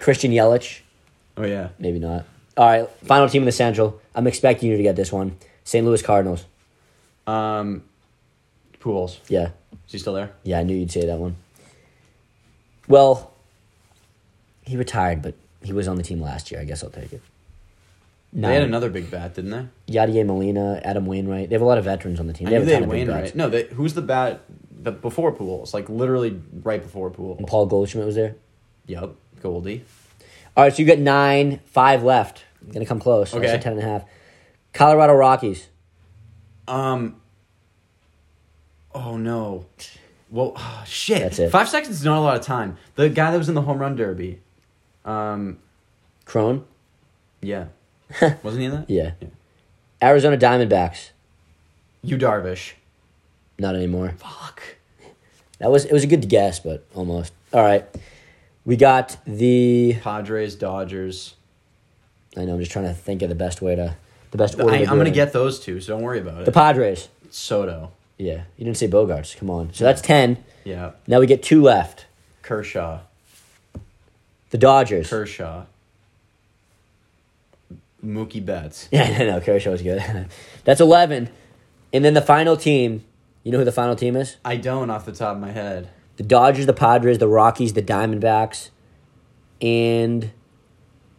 [SPEAKER 1] Christian Yelich.
[SPEAKER 2] Oh yeah.
[SPEAKER 1] Maybe not. All right, final team in the Central. I'm expecting you to get this one. St. Louis Cardinals.
[SPEAKER 2] Um. Pools.
[SPEAKER 1] Yeah.
[SPEAKER 2] Is he still there?
[SPEAKER 1] Yeah, I knew you'd say that one. Well, he retired, but he was on the team last year. I guess I'll take it.
[SPEAKER 2] They had
[SPEAKER 1] Nine.
[SPEAKER 2] another big bat, didn't they?
[SPEAKER 1] Yadier Molina, Adam Wainwright. They have a lot of veterans on the team. They
[SPEAKER 2] I knew
[SPEAKER 1] have a
[SPEAKER 2] they
[SPEAKER 1] ton
[SPEAKER 2] had
[SPEAKER 1] of big
[SPEAKER 2] Wainwright.
[SPEAKER 1] bats.
[SPEAKER 2] No, they, who's the bat the, before Pools? Like literally right before Pools.
[SPEAKER 1] Paul Goldschmidt was there.
[SPEAKER 2] Yep, Goldie.
[SPEAKER 1] All right, so you got nine, five left. Gonna come close. I
[SPEAKER 2] Okay.
[SPEAKER 1] said ten and a half. Colorado Rockies.
[SPEAKER 2] Um. Oh no. Well, ah, shit.
[SPEAKER 1] That's it.
[SPEAKER 2] Five seconds is not a lot of time. The guy that was in the home run derby. Um.
[SPEAKER 1] Crone.
[SPEAKER 2] Yeah. Wasn't he in that?
[SPEAKER 1] Yeah.
[SPEAKER 2] Yeah.
[SPEAKER 1] Arizona Diamondbacks.
[SPEAKER 2] You Darvish.
[SPEAKER 1] Not anymore.
[SPEAKER 2] Fuck.
[SPEAKER 1] That was it was a good guess, but almost. All right. We got the
[SPEAKER 2] Padres, Dodgers.
[SPEAKER 1] I know I'm just trying to think of the best way to the best order.
[SPEAKER 2] I,
[SPEAKER 1] to
[SPEAKER 2] I'm
[SPEAKER 1] do
[SPEAKER 2] gonna
[SPEAKER 1] it.
[SPEAKER 2] get those two, so don't worry about
[SPEAKER 1] the
[SPEAKER 2] it.
[SPEAKER 1] Padres.
[SPEAKER 2] Soto.
[SPEAKER 1] Yeah. You didn't say Bogarts. Come on. So that's ten.
[SPEAKER 2] Yeah.
[SPEAKER 1] Now we get two left.
[SPEAKER 2] Kershaw.
[SPEAKER 1] The Dodgers.
[SPEAKER 2] Kershaw. Mookie Betts.
[SPEAKER 1] Yeah, no, no, Kershaw was good. That's eleven, and then the final team. You know who the final team is?
[SPEAKER 2] I don't off the top of my head.
[SPEAKER 1] The Dodgers, the Padres, the Rockies, the Diamondbacks, and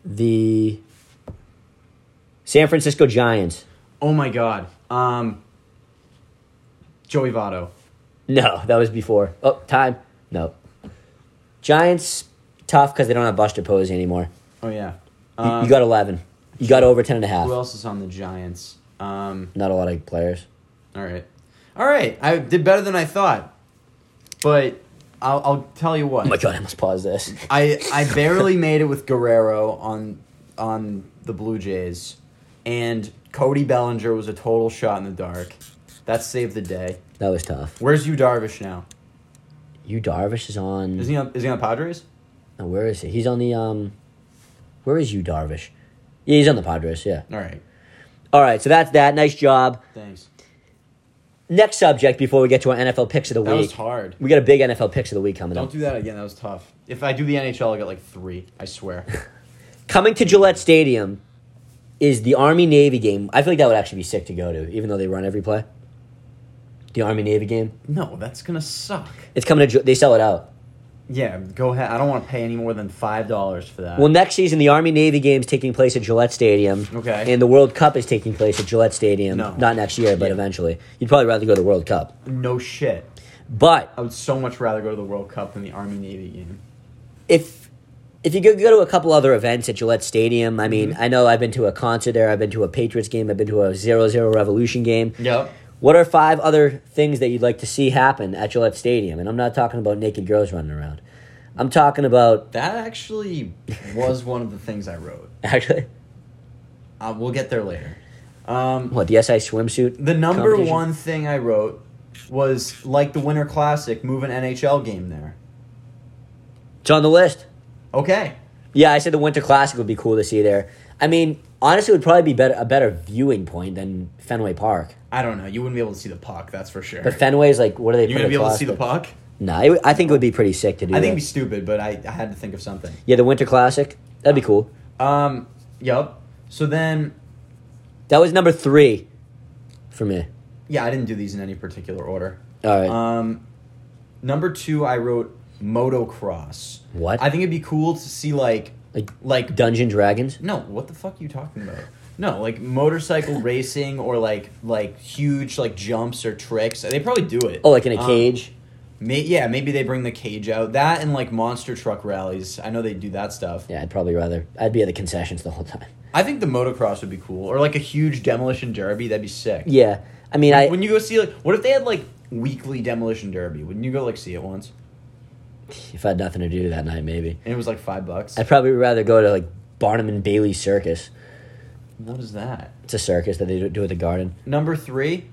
[SPEAKER 1] the San Francisco Giants.
[SPEAKER 2] Oh my god. Um. Joey Votto.
[SPEAKER 1] No, that was before. Oh, time. No. Giants tough because they don't have Buster Posey anymore.
[SPEAKER 2] Oh yeah.
[SPEAKER 1] You, you got eleven. You got over ten and a half.
[SPEAKER 2] Who else is on the Giants? Um,
[SPEAKER 1] Not a lot of players.
[SPEAKER 2] all right, all right. I did better than I thought, but I'll, I'll tell you what.
[SPEAKER 1] Oh my god, I must pause this.
[SPEAKER 2] I I barely made it with Guerrero on on the Blue Jays, and Cody Bellinger was a total shot in the dark. That saved the day.
[SPEAKER 1] That was tough.
[SPEAKER 2] Where's you Darvish now?
[SPEAKER 1] You Darvish is on.
[SPEAKER 2] Is he on, is he on the Padres?
[SPEAKER 1] No, where is he? He's on the um. Where is you, Darvish? Yeah, he's on the Padres. Yeah.
[SPEAKER 2] All right,
[SPEAKER 1] All right, so that's that. Nice job.
[SPEAKER 2] thanks.
[SPEAKER 1] Next subject before we get to our NFL picks of the
[SPEAKER 2] That
[SPEAKER 1] week.
[SPEAKER 2] was hard.
[SPEAKER 1] We got a big NFL picks of the week coming
[SPEAKER 2] Don't
[SPEAKER 1] up.
[SPEAKER 2] do that again. That was tough. If I do the NHL, I get like three. I swear.
[SPEAKER 1] coming to Gillette Stadium is the Army Navy game. I feel like that would actually be sick to go to, even though they run every play. The Army Navy game.
[SPEAKER 2] no, that's gonna suck.
[SPEAKER 1] It's coming to. Gi- They sell it out.
[SPEAKER 2] Yeah, go ahead. I don't want to pay any more than five dollars for that.
[SPEAKER 1] Well, next season the Army Navy game's taking place at Gillette Stadium.
[SPEAKER 2] Okay.
[SPEAKER 1] And the World Cup is taking place at Gillette Stadium.
[SPEAKER 2] No.
[SPEAKER 1] Not next year, but
[SPEAKER 2] Yeah.
[SPEAKER 1] eventually. You'd probably rather go to the World Cup.
[SPEAKER 2] no shit.
[SPEAKER 1] But
[SPEAKER 2] I would so much rather go to the World Cup than the Army Navy game.
[SPEAKER 1] if if you go, go to a couple other events at Gillette Stadium, I
[SPEAKER 2] Mm-hmm.
[SPEAKER 1] mean, I know I've been to a concert there, I've been to a Patriots game, I've been to a zero zero Revolution game.
[SPEAKER 2] Yep.
[SPEAKER 1] What are five other things that you'd like to see happen at Gillette Stadium? And I'm not talking about naked girls running around. I'm talking about
[SPEAKER 2] That actually was one of the things I wrote.
[SPEAKER 1] actually
[SPEAKER 2] Uh, we'll get there later. Um,
[SPEAKER 1] what the SI swimsuit.
[SPEAKER 2] The number
[SPEAKER 1] competition?
[SPEAKER 2] one thing I wrote was like the Winter Classic, move an NHL game there.
[SPEAKER 1] It's on the list.
[SPEAKER 2] Okay.
[SPEAKER 1] Yeah, I said the Winter Classic would be cool to see there. I mean, honestly, it would probably be better a better viewing point than Fenway Park.
[SPEAKER 2] I don't know. You wouldn't be able to see the puck, that's for sure.
[SPEAKER 1] But Fenway is like, what are they?
[SPEAKER 2] You're going to
[SPEAKER 1] put
[SPEAKER 2] be able to
[SPEAKER 1] across
[SPEAKER 2] see the puck?
[SPEAKER 1] Nah, it, would- I think it would be pretty sick to do.
[SPEAKER 2] I think
[SPEAKER 1] that.
[SPEAKER 2] it'd be stupid, but I, I had to think of something.
[SPEAKER 1] Yeah, the Winter Classic. That'd be cool.
[SPEAKER 2] Um, yup. So then,
[SPEAKER 1] That was number three for me.
[SPEAKER 2] yeah, I didn't do these in any particular order.
[SPEAKER 1] All right.
[SPEAKER 2] Um, number two, I wrote motocross.
[SPEAKER 1] What?
[SPEAKER 2] I think it'd be cool to see like,
[SPEAKER 1] like
[SPEAKER 2] like
[SPEAKER 1] Dungeon Dragons.
[SPEAKER 2] No, what the fuck are you talking about? No, like motorcycle racing or like like huge like jumps or tricks. They probably do it.
[SPEAKER 1] Oh, like in a
[SPEAKER 2] Um,
[SPEAKER 1] cage.
[SPEAKER 2] may- yeah, maybe they bring the cage out. That and like monster truck rallies. I know they do that stuff.
[SPEAKER 1] Yeah, I'd probably rather. I'd be at the concessions the whole time.
[SPEAKER 2] I think the motocross would be cool or like a huge demolition derby. That'd be sick.
[SPEAKER 1] Yeah, I mean, I
[SPEAKER 2] When you go see like, what if they had like weekly demolition derby? Wouldn't you go like see it once?
[SPEAKER 1] if I had nothing to do that night, maybe
[SPEAKER 2] And it was like five bucks.
[SPEAKER 1] I'd probably rather go to like Barnum and Bailey Circus.
[SPEAKER 2] what is that?
[SPEAKER 1] It's a circus that they do- do at the Garden.
[SPEAKER 2] Number three.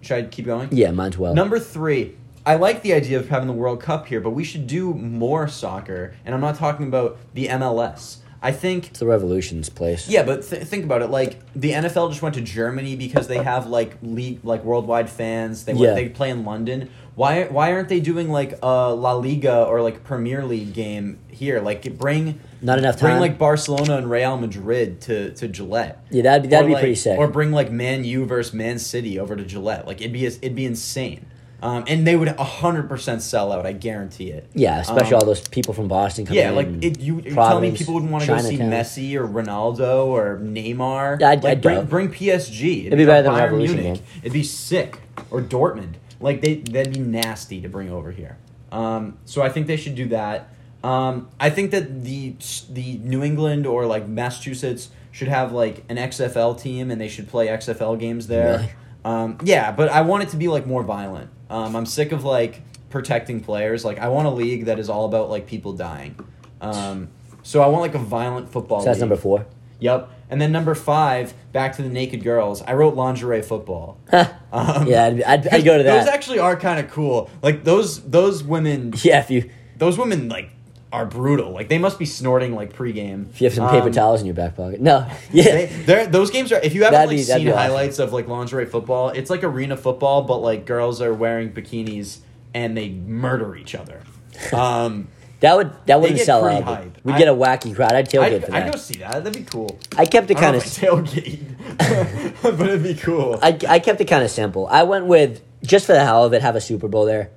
[SPEAKER 2] Should I keep going?
[SPEAKER 1] Yeah, mine's well.
[SPEAKER 2] Number three, I like the idea of having the World Cup here, but we should do more soccer. And I'm not talking about the MLS. I think,
[SPEAKER 1] It's the Revolution's place.
[SPEAKER 2] yeah, but th- think about it. Like the NFL just went to Germany because they have like league, like worldwide fans. They went-
[SPEAKER 1] Yeah.
[SPEAKER 2] they play in London. Why why aren't they doing like a La Liga or like Premier League game here? Like bring
[SPEAKER 1] Not enough
[SPEAKER 2] bring
[SPEAKER 1] time.
[SPEAKER 2] like Barcelona and Real Madrid to to Gillette.
[SPEAKER 1] yeah, that'd be that'd
[SPEAKER 2] Or,
[SPEAKER 1] be
[SPEAKER 2] like-
[SPEAKER 1] pretty sick.
[SPEAKER 2] Or bring like Man U versus Man City over to Gillette. Like it'd be it'd be insane. Um, and they would hundred percent sell out. I guarantee it.
[SPEAKER 1] yeah, especially
[SPEAKER 2] Um,
[SPEAKER 1] all those people from Boston coming.
[SPEAKER 2] Yeah,
[SPEAKER 1] in
[SPEAKER 2] like
[SPEAKER 1] and
[SPEAKER 2] it, you, you tell me
[SPEAKER 1] Providence,
[SPEAKER 2] people wouldn't want to go see
[SPEAKER 1] Chinatown.
[SPEAKER 2] Messi or Ronaldo or Neymar.
[SPEAKER 1] Yeah, I'd-
[SPEAKER 2] like,
[SPEAKER 1] I'd
[SPEAKER 2] bring,
[SPEAKER 1] doubt.
[SPEAKER 2] bring PSG. It'd,
[SPEAKER 1] be better than
[SPEAKER 2] Bayern
[SPEAKER 1] Revolution
[SPEAKER 2] Munich.
[SPEAKER 1] game.
[SPEAKER 2] It'd be sick or Dortmund. Like they that'd be nasty to bring over here. Um, so I think they should do that. Um, I think that the the New England or like Massachusetts should have like an XFL team and they should play XFL games there.
[SPEAKER 1] Really?
[SPEAKER 2] Um, yeah, but I want it to be like more violent. Um, I'm sick of like protecting players. Like I want a league that is all about like people dying. Um, so I want like a violent football.
[SPEAKER 1] So that's
[SPEAKER 2] league.
[SPEAKER 1] number four.
[SPEAKER 2] Yep. And then number five, back to the naked girls. I wrote lingerie football. um,
[SPEAKER 1] Yeah, I'd, I'd, I'd go to
[SPEAKER 2] Those
[SPEAKER 1] that.
[SPEAKER 2] actually are kind of cool. Like those those women,
[SPEAKER 1] yeah, if you
[SPEAKER 2] those women like are brutal. Like they must be snorting like pregame.
[SPEAKER 1] if you have some paper
[SPEAKER 2] Um,
[SPEAKER 1] towels in your back pocket. No, yeah,
[SPEAKER 2] they, they're- those games are. If you haven't
[SPEAKER 1] That'd
[SPEAKER 2] like
[SPEAKER 1] be- that'd
[SPEAKER 2] seen
[SPEAKER 1] be awesome.
[SPEAKER 2] highlights of like lingerie football, it's like arena football, but like girls are wearing bikinis and they murder each other. Um,
[SPEAKER 1] that would that wouldn't
[SPEAKER 2] get
[SPEAKER 1] sell
[SPEAKER 2] pretty
[SPEAKER 1] out. but
[SPEAKER 2] hype.
[SPEAKER 1] We'd
[SPEAKER 2] I-
[SPEAKER 1] get a wacky crowd. I'd tailgate
[SPEAKER 2] I'd,
[SPEAKER 1] for
[SPEAKER 2] I'd
[SPEAKER 1] that.
[SPEAKER 2] go see that. That'd be cool.
[SPEAKER 1] I kept it
[SPEAKER 2] I don't
[SPEAKER 1] kind
[SPEAKER 2] know
[SPEAKER 1] of.
[SPEAKER 2] if I'd tailgate, but it'd be cool.
[SPEAKER 1] I, I kept it kind of simple. I went with just for the hell of it, have a Super Bowl there.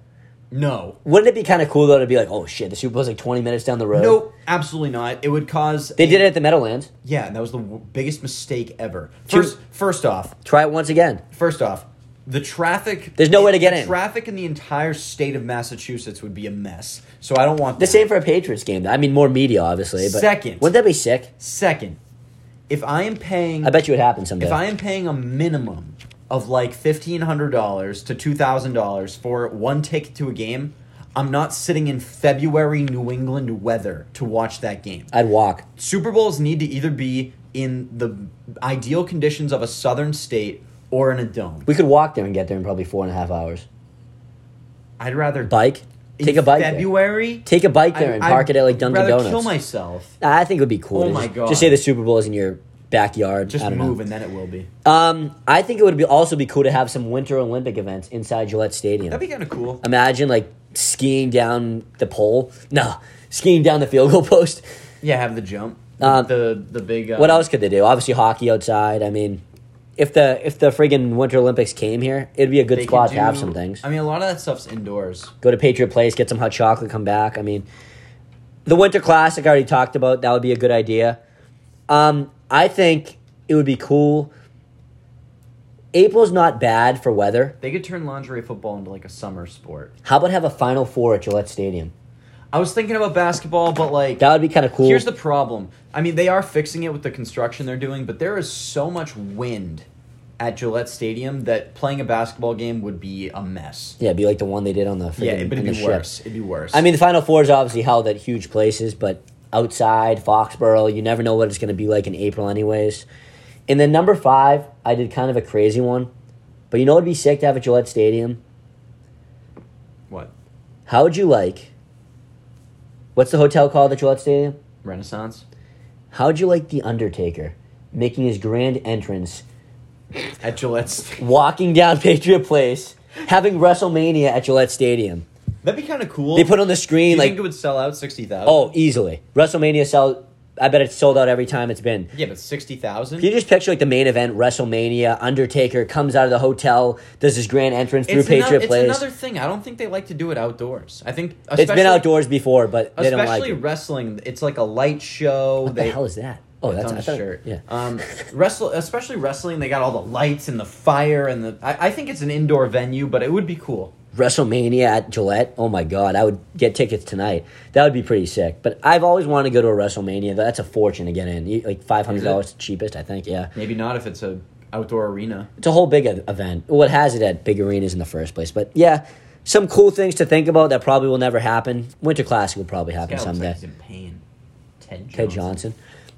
[SPEAKER 2] no,
[SPEAKER 1] Wouldn't it be kind of cool though to be like, oh shit, the Super Bowl's like twenty minutes down the road.
[SPEAKER 2] no, absolutely not. It would cause.
[SPEAKER 1] they did it at the Meadowlands.
[SPEAKER 2] Yeah, and that was the w- biggest mistake ever.
[SPEAKER 1] Two-
[SPEAKER 2] First, first off,
[SPEAKER 1] Try it once again.
[SPEAKER 2] First off, the traffic.
[SPEAKER 1] There's no way to get
[SPEAKER 2] the
[SPEAKER 1] in.
[SPEAKER 2] Traffic in the entire state of Massachusetts would be a mess. So I don't want
[SPEAKER 1] The
[SPEAKER 2] that.
[SPEAKER 1] same for a Patriots game. I mean, more media, obviously. But
[SPEAKER 2] Second.
[SPEAKER 1] wouldn't that be sick?
[SPEAKER 2] Second, if I am paying,
[SPEAKER 1] I bet you it happens someday.
[SPEAKER 2] if I am paying a minimum of like fifteen hundred dollars to two thousand dollars for one ticket to a game, I'm not sitting in February New England weather to watch that game.
[SPEAKER 1] I'd walk.
[SPEAKER 2] Super Bowls need to either be in the ideal conditions of a southern state or in a dome.
[SPEAKER 1] We could walk there and get there in probably four and a half hours.
[SPEAKER 2] I'd rather
[SPEAKER 1] Bike.
[SPEAKER 2] in
[SPEAKER 1] Take a bike. there.
[SPEAKER 2] February.
[SPEAKER 1] Take a bike there and
[SPEAKER 2] I-
[SPEAKER 1] park it at like
[SPEAKER 2] I'd
[SPEAKER 1] Dunkin'
[SPEAKER 2] rather
[SPEAKER 1] Donuts.
[SPEAKER 2] Kill myself.
[SPEAKER 1] I think it would be cool.
[SPEAKER 2] Oh
[SPEAKER 1] to
[SPEAKER 2] my
[SPEAKER 1] just,
[SPEAKER 2] God.
[SPEAKER 1] Just say the Super Bowl is in your backyard.
[SPEAKER 2] Just
[SPEAKER 1] I don't
[SPEAKER 2] move,
[SPEAKER 1] know.
[SPEAKER 2] and then it will be.
[SPEAKER 1] Um, I think it would be also be cool to have some Winter Olympic events inside Gillette Stadium.
[SPEAKER 2] That'd be kind of cool.
[SPEAKER 1] Imagine like skiing down the pole. No, skiing down the field goal post.
[SPEAKER 2] Yeah, have the jump.
[SPEAKER 1] Uh,
[SPEAKER 2] the the big. Uh,
[SPEAKER 1] What else could they do? Obviously hockey outside. I mean, if the if the friggin' Winter Olympics came here, it'd be a good
[SPEAKER 2] They
[SPEAKER 1] squad
[SPEAKER 2] could
[SPEAKER 1] to have
[SPEAKER 2] do-
[SPEAKER 1] some things.
[SPEAKER 2] I mean, a lot of that stuff's indoors.
[SPEAKER 1] Go to Patriot Place, get some hot chocolate, come back. I mean, the Winter Classic I already talked about. That would be a good idea. Um, I think it would be cool. April's not bad for weather.
[SPEAKER 2] They could turn lingerie football into like a summer sport.
[SPEAKER 1] How about have a Final Four at Gillette Stadium?
[SPEAKER 2] I was thinking about basketball, but like
[SPEAKER 1] That would be kind of cool.
[SPEAKER 2] Here's the problem. I mean, they are fixing it with the construction they're doing, but there is so much wind at Gillette Stadium that playing a basketball game would be a mess.
[SPEAKER 1] yeah, it'd be like the one they did on the friggin'
[SPEAKER 2] Yeah, but
[SPEAKER 1] on the
[SPEAKER 2] it'd be
[SPEAKER 1] ship.
[SPEAKER 2] worse. It'd be worse.
[SPEAKER 1] I mean, the Final Four is obviously held at huge places, but outside Foxborough, you never know what it's going to be like in April, anyways. And then number five, I did kind of a crazy one, but you know it'd be sick to have at Gillette Stadium.
[SPEAKER 2] what?
[SPEAKER 1] How would you like? What's the hotel called at Gillette Stadium?
[SPEAKER 2] Renaissance?
[SPEAKER 1] How would you like the Undertaker making his grand entrance,
[SPEAKER 2] At Gillette Stadium.
[SPEAKER 1] walking down Patriot Place, having WrestleMania at Gillette Stadium?
[SPEAKER 2] That'd be kind of cool.
[SPEAKER 1] They put on the
[SPEAKER 2] Do
[SPEAKER 1] screen
[SPEAKER 2] you
[SPEAKER 1] like
[SPEAKER 2] think it would sell out 60,000?
[SPEAKER 1] Oh, easily. WrestleMania sell. I bet it's sold out every time it's been.
[SPEAKER 2] Yeah, but 60,000?
[SPEAKER 1] Can you just picture like the main event, WrestleMania, Undertaker comes out of the hotel, does his grand entrance through
[SPEAKER 2] It's, ano-
[SPEAKER 1] Patriot
[SPEAKER 2] it's
[SPEAKER 1] Place.
[SPEAKER 2] another thing. I don't think they like to do it outdoors. I think
[SPEAKER 1] it's been
[SPEAKER 2] especially-
[SPEAKER 1] outdoors before, but they don't like
[SPEAKER 2] Especially
[SPEAKER 1] it.
[SPEAKER 2] wrestling, it's like a light show.
[SPEAKER 1] What
[SPEAKER 2] they,
[SPEAKER 1] the hell is that? Oh, that's
[SPEAKER 2] it's on
[SPEAKER 1] I
[SPEAKER 2] his
[SPEAKER 1] thought,
[SPEAKER 2] shirt.
[SPEAKER 1] Yeah.
[SPEAKER 2] Um, wrestle, especially wrestling, they got all the lights and the fire and the. I, I think it's an indoor venue, but it would be cool.
[SPEAKER 1] WrestleMania at Gillette. Oh my god, I would get tickets tonight. That would be pretty sick. But I've always wanted to go to a WrestleMania. That's a fortune to get in. You- Like five hundred dollars cheapest, I think. Yeah.
[SPEAKER 2] Maybe not if it's a outdoor arena.
[SPEAKER 1] it's a whole big ev- event. Well, it has it at big arenas in the first place, but yeah, some cool things to think about that probably will never happen. Winter Classic will probably happen
[SPEAKER 2] Guy looks
[SPEAKER 1] someday.
[SPEAKER 2] like he's in pain. Ted Johnson.
[SPEAKER 1] Ted Johnson.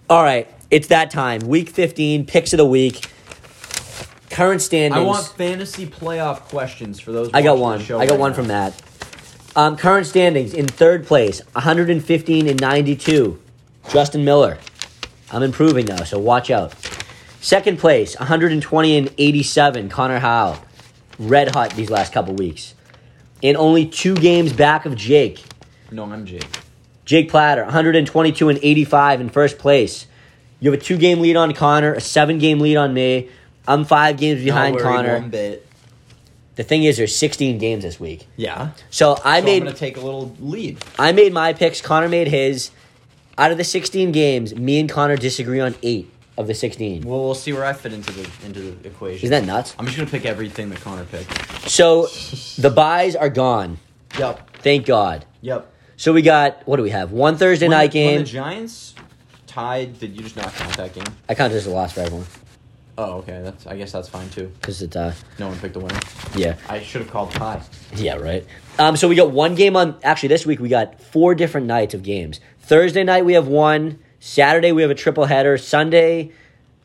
[SPEAKER 1] All right, it's that time. Week fifteen, picks of the week, current standings.
[SPEAKER 2] I want fantasy playoff questions for those.
[SPEAKER 1] I got
[SPEAKER 2] watching the
[SPEAKER 1] one.
[SPEAKER 2] Show
[SPEAKER 1] I got
[SPEAKER 2] right
[SPEAKER 1] one
[SPEAKER 2] now.
[SPEAKER 1] from that. Um, current standings in third place, 115 and 92. Justin Miller. I'm improving now, so watch out. Second place, 120 and 87. Connor Howe. Red hot these last couple weeks. And only two games back of Jake.
[SPEAKER 2] No, I'm Jake.
[SPEAKER 1] Jake Platter, 122 and 85 in first place. You have a two game lead on Connor, a seven game lead on me. I'm five games behind
[SPEAKER 2] Not worried One
[SPEAKER 1] Connor.
[SPEAKER 2] bit.
[SPEAKER 1] The thing is, there's 16 games this week.
[SPEAKER 2] Yeah.
[SPEAKER 1] So I
[SPEAKER 2] so
[SPEAKER 1] made
[SPEAKER 2] I'm gonna take a little lead.
[SPEAKER 1] I made my picks. Connor made his. Out of the 16 games, me and Connor disagree on eight of the 16.
[SPEAKER 2] Well, we'll see where I fit into the into the equation.
[SPEAKER 1] Isn't that nuts?
[SPEAKER 2] I'm just gonna pick everything that Connor picked.
[SPEAKER 1] So the buys are gone.
[SPEAKER 2] Yep.
[SPEAKER 1] Thank God.
[SPEAKER 2] Yep.
[SPEAKER 1] So we got, what do we have? One Thursday
[SPEAKER 2] When the-
[SPEAKER 1] night
[SPEAKER 2] When
[SPEAKER 1] game.
[SPEAKER 2] the Giants tied, did you just not count that game?
[SPEAKER 1] I count this as a loss for everyone
[SPEAKER 2] Oh, okay. That's. I guess that's fine too.
[SPEAKER 1] because it's, uh,
[SPEAKER 2] No one picked the winner.
[SPEAKER 1] yeah.
[SPEAKER 2] I should have called tie.
[SPEAKER 1] Yeah, right. Um, so we got one game on. Actually, this week we got four different nights of games. Thursday night we have one. Saturday we have a triple header. Sunday,